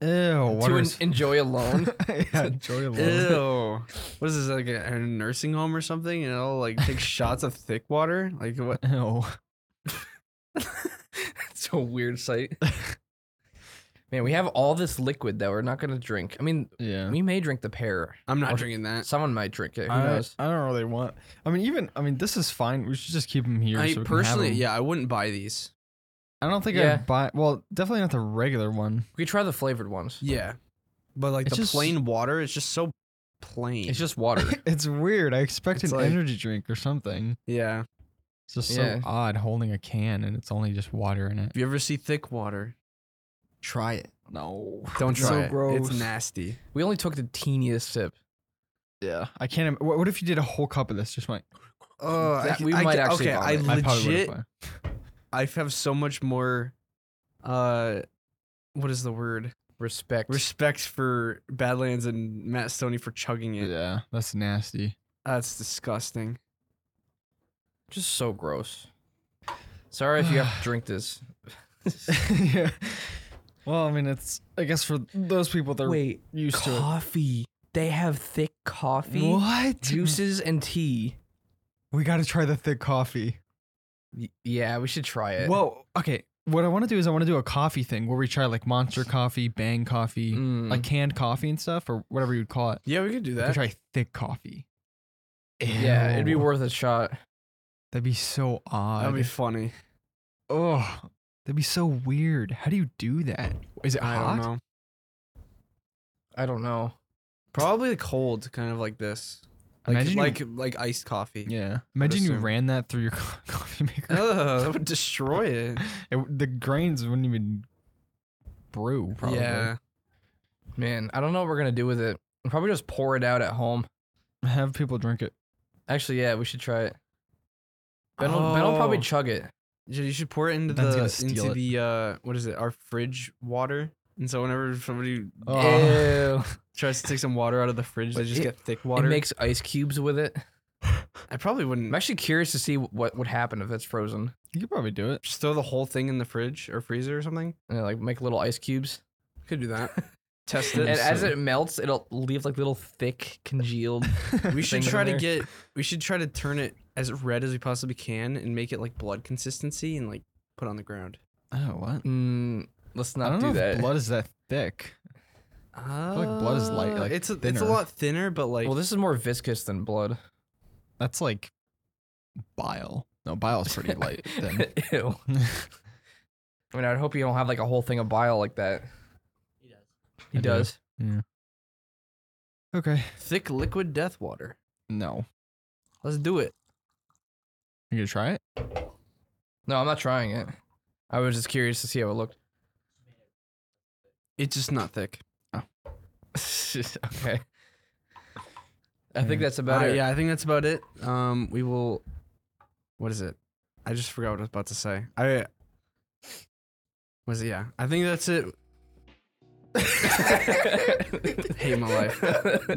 Ew,
to
water
en-
is-
enjoy alone.
yeah, enjoy a little.
Ew. What is this like a, a nursing home or something? And it'll like take shots of thick water. Like what?
Ew.
it's a weird sight. Man, we have all this liquid that we're not gonna drink. I mean,
Yeah.
we may drink the pear.
I'm not
Or-
drinking that.
Someone might drink it. Who
I,
knows?
I don't really want. I mean, even I mean, this is fine. We should just keep them here.
I
so we can have
personally,
'em.
yeah, I wouldn't buy these.
I don't think
Yeah.
I'd buy. Well, definitely not the regular one.
We could try the flavored ones.
Yeah, but like
It's
the
just-
plain water, it's just so plain.
It's just water.
It's weird. I expect
It's
an
like-
energy drink or something.
yeah.
It's just
Yeah.
so odd holding a can and it's only just water in it.
If you ever see thick water, try it.
No.
Don't
It's
try
so
it.
gross.
It's nasty.
we only took the teeniest sip.
Yeah. I can't. im- What, what if you did a whole cup of this? Just went.
Oh,
That- we might actually
Okay, I
vomit.
I probably
legit.
would have.
I have so much more. Uh, what is the word?
Respect.
Respect for Badlands and Matt Stoney for chugging it.
Yeah, that's nasty.
That's disgusting.
Just so gross. Sorry if you have to drink this.
yeah. Well, I mean, it's. I guess for those people, they're
Wait,
used
coffee. They have thick
to it.
coffee,
What?
juices, and tea.
We got to try the thick coffee.
Y- yeah, we should try
Eh.
it.
Well, okay. What I want to do is I want to do a coffee thing where we try like monster coffee, bang coffee,
Mm-hmm.
Mm.
like canned coffee and stuff, or whatever you'd call it.
Yeah, we could do
We could
that.
try thick coffee.
yeah, it'd be
Ew.
worth a shot.
That'd be so odd.
That'd be funny.
oh, that'd be so weird. How do you do that? Is it
I
hot?
don't know.
I don't know.
Probably cold, kind of like this. Like
Imagine you-
like like iced coffee.
Yeah. Imagine you
assume.
ran that through your co- coffee maker.
Ugh, that would destroy it.
It w- the grains wouldn't even brew. Probably.
Yeah.
Man, I don't know what we're gonna do with it. We'll probably just pour it out at home.
Have people drink it.
Actually, yeah, we should try it. Ben, will, ben will probably
Oh.
chug it.
Yeah, You should pour it into
Ben's
the
gonna steal
into
it.
the uh what is it? Our fridge water. And so whenever somebody
Oh.
Ew.
tries to take some water out of the fridge, they
But
just
it-
get thick water.
It makes ice cubes with it.
I probably wouldn't.
I'm actually curious to see what would happen if it's frozen.
You could probably do it.
Just throw the whole thing in the fridge or freezer or something.
And like make little ice cubes.
Could do that. Test
And
it.
as it melts, it'll leave like little thick congealed.
we should
things in
try to
there.
get. We should try to turn it as red as we possibly can and make it like blood consistency and like put on the ground.
Oh, what?
Mm, let's
I
not
don't
do
know
that.
if blood is that thick.
I
like blood is light- like,
it's a, it's a
thinner.
lot thinner, but like
well, this is more viscous than blood.
That's like bile. No, bile's pretty light. Then.
Ew. I mean, I'd hope you don't have like a whole thing of bile like that. He
I do.
does.
Okay.
thick liquid death water.
No.
Let's do it.
You gonna try it?
No, I'm not trying it. I was just curious to see how it looked.
It's just not thick.
okay. I think
Yeah.
that's about
Uh,
it.
yeah, I think that's about it. Um, we will. What is it? I just forgot what I was about to say. I was it. Yeah, I think that's it. Hate my life.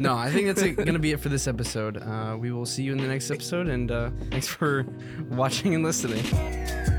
No, I think that's it, gonna be it for this episode. Uh, we will see you in the next episode, and uh, thanks for watching and listening.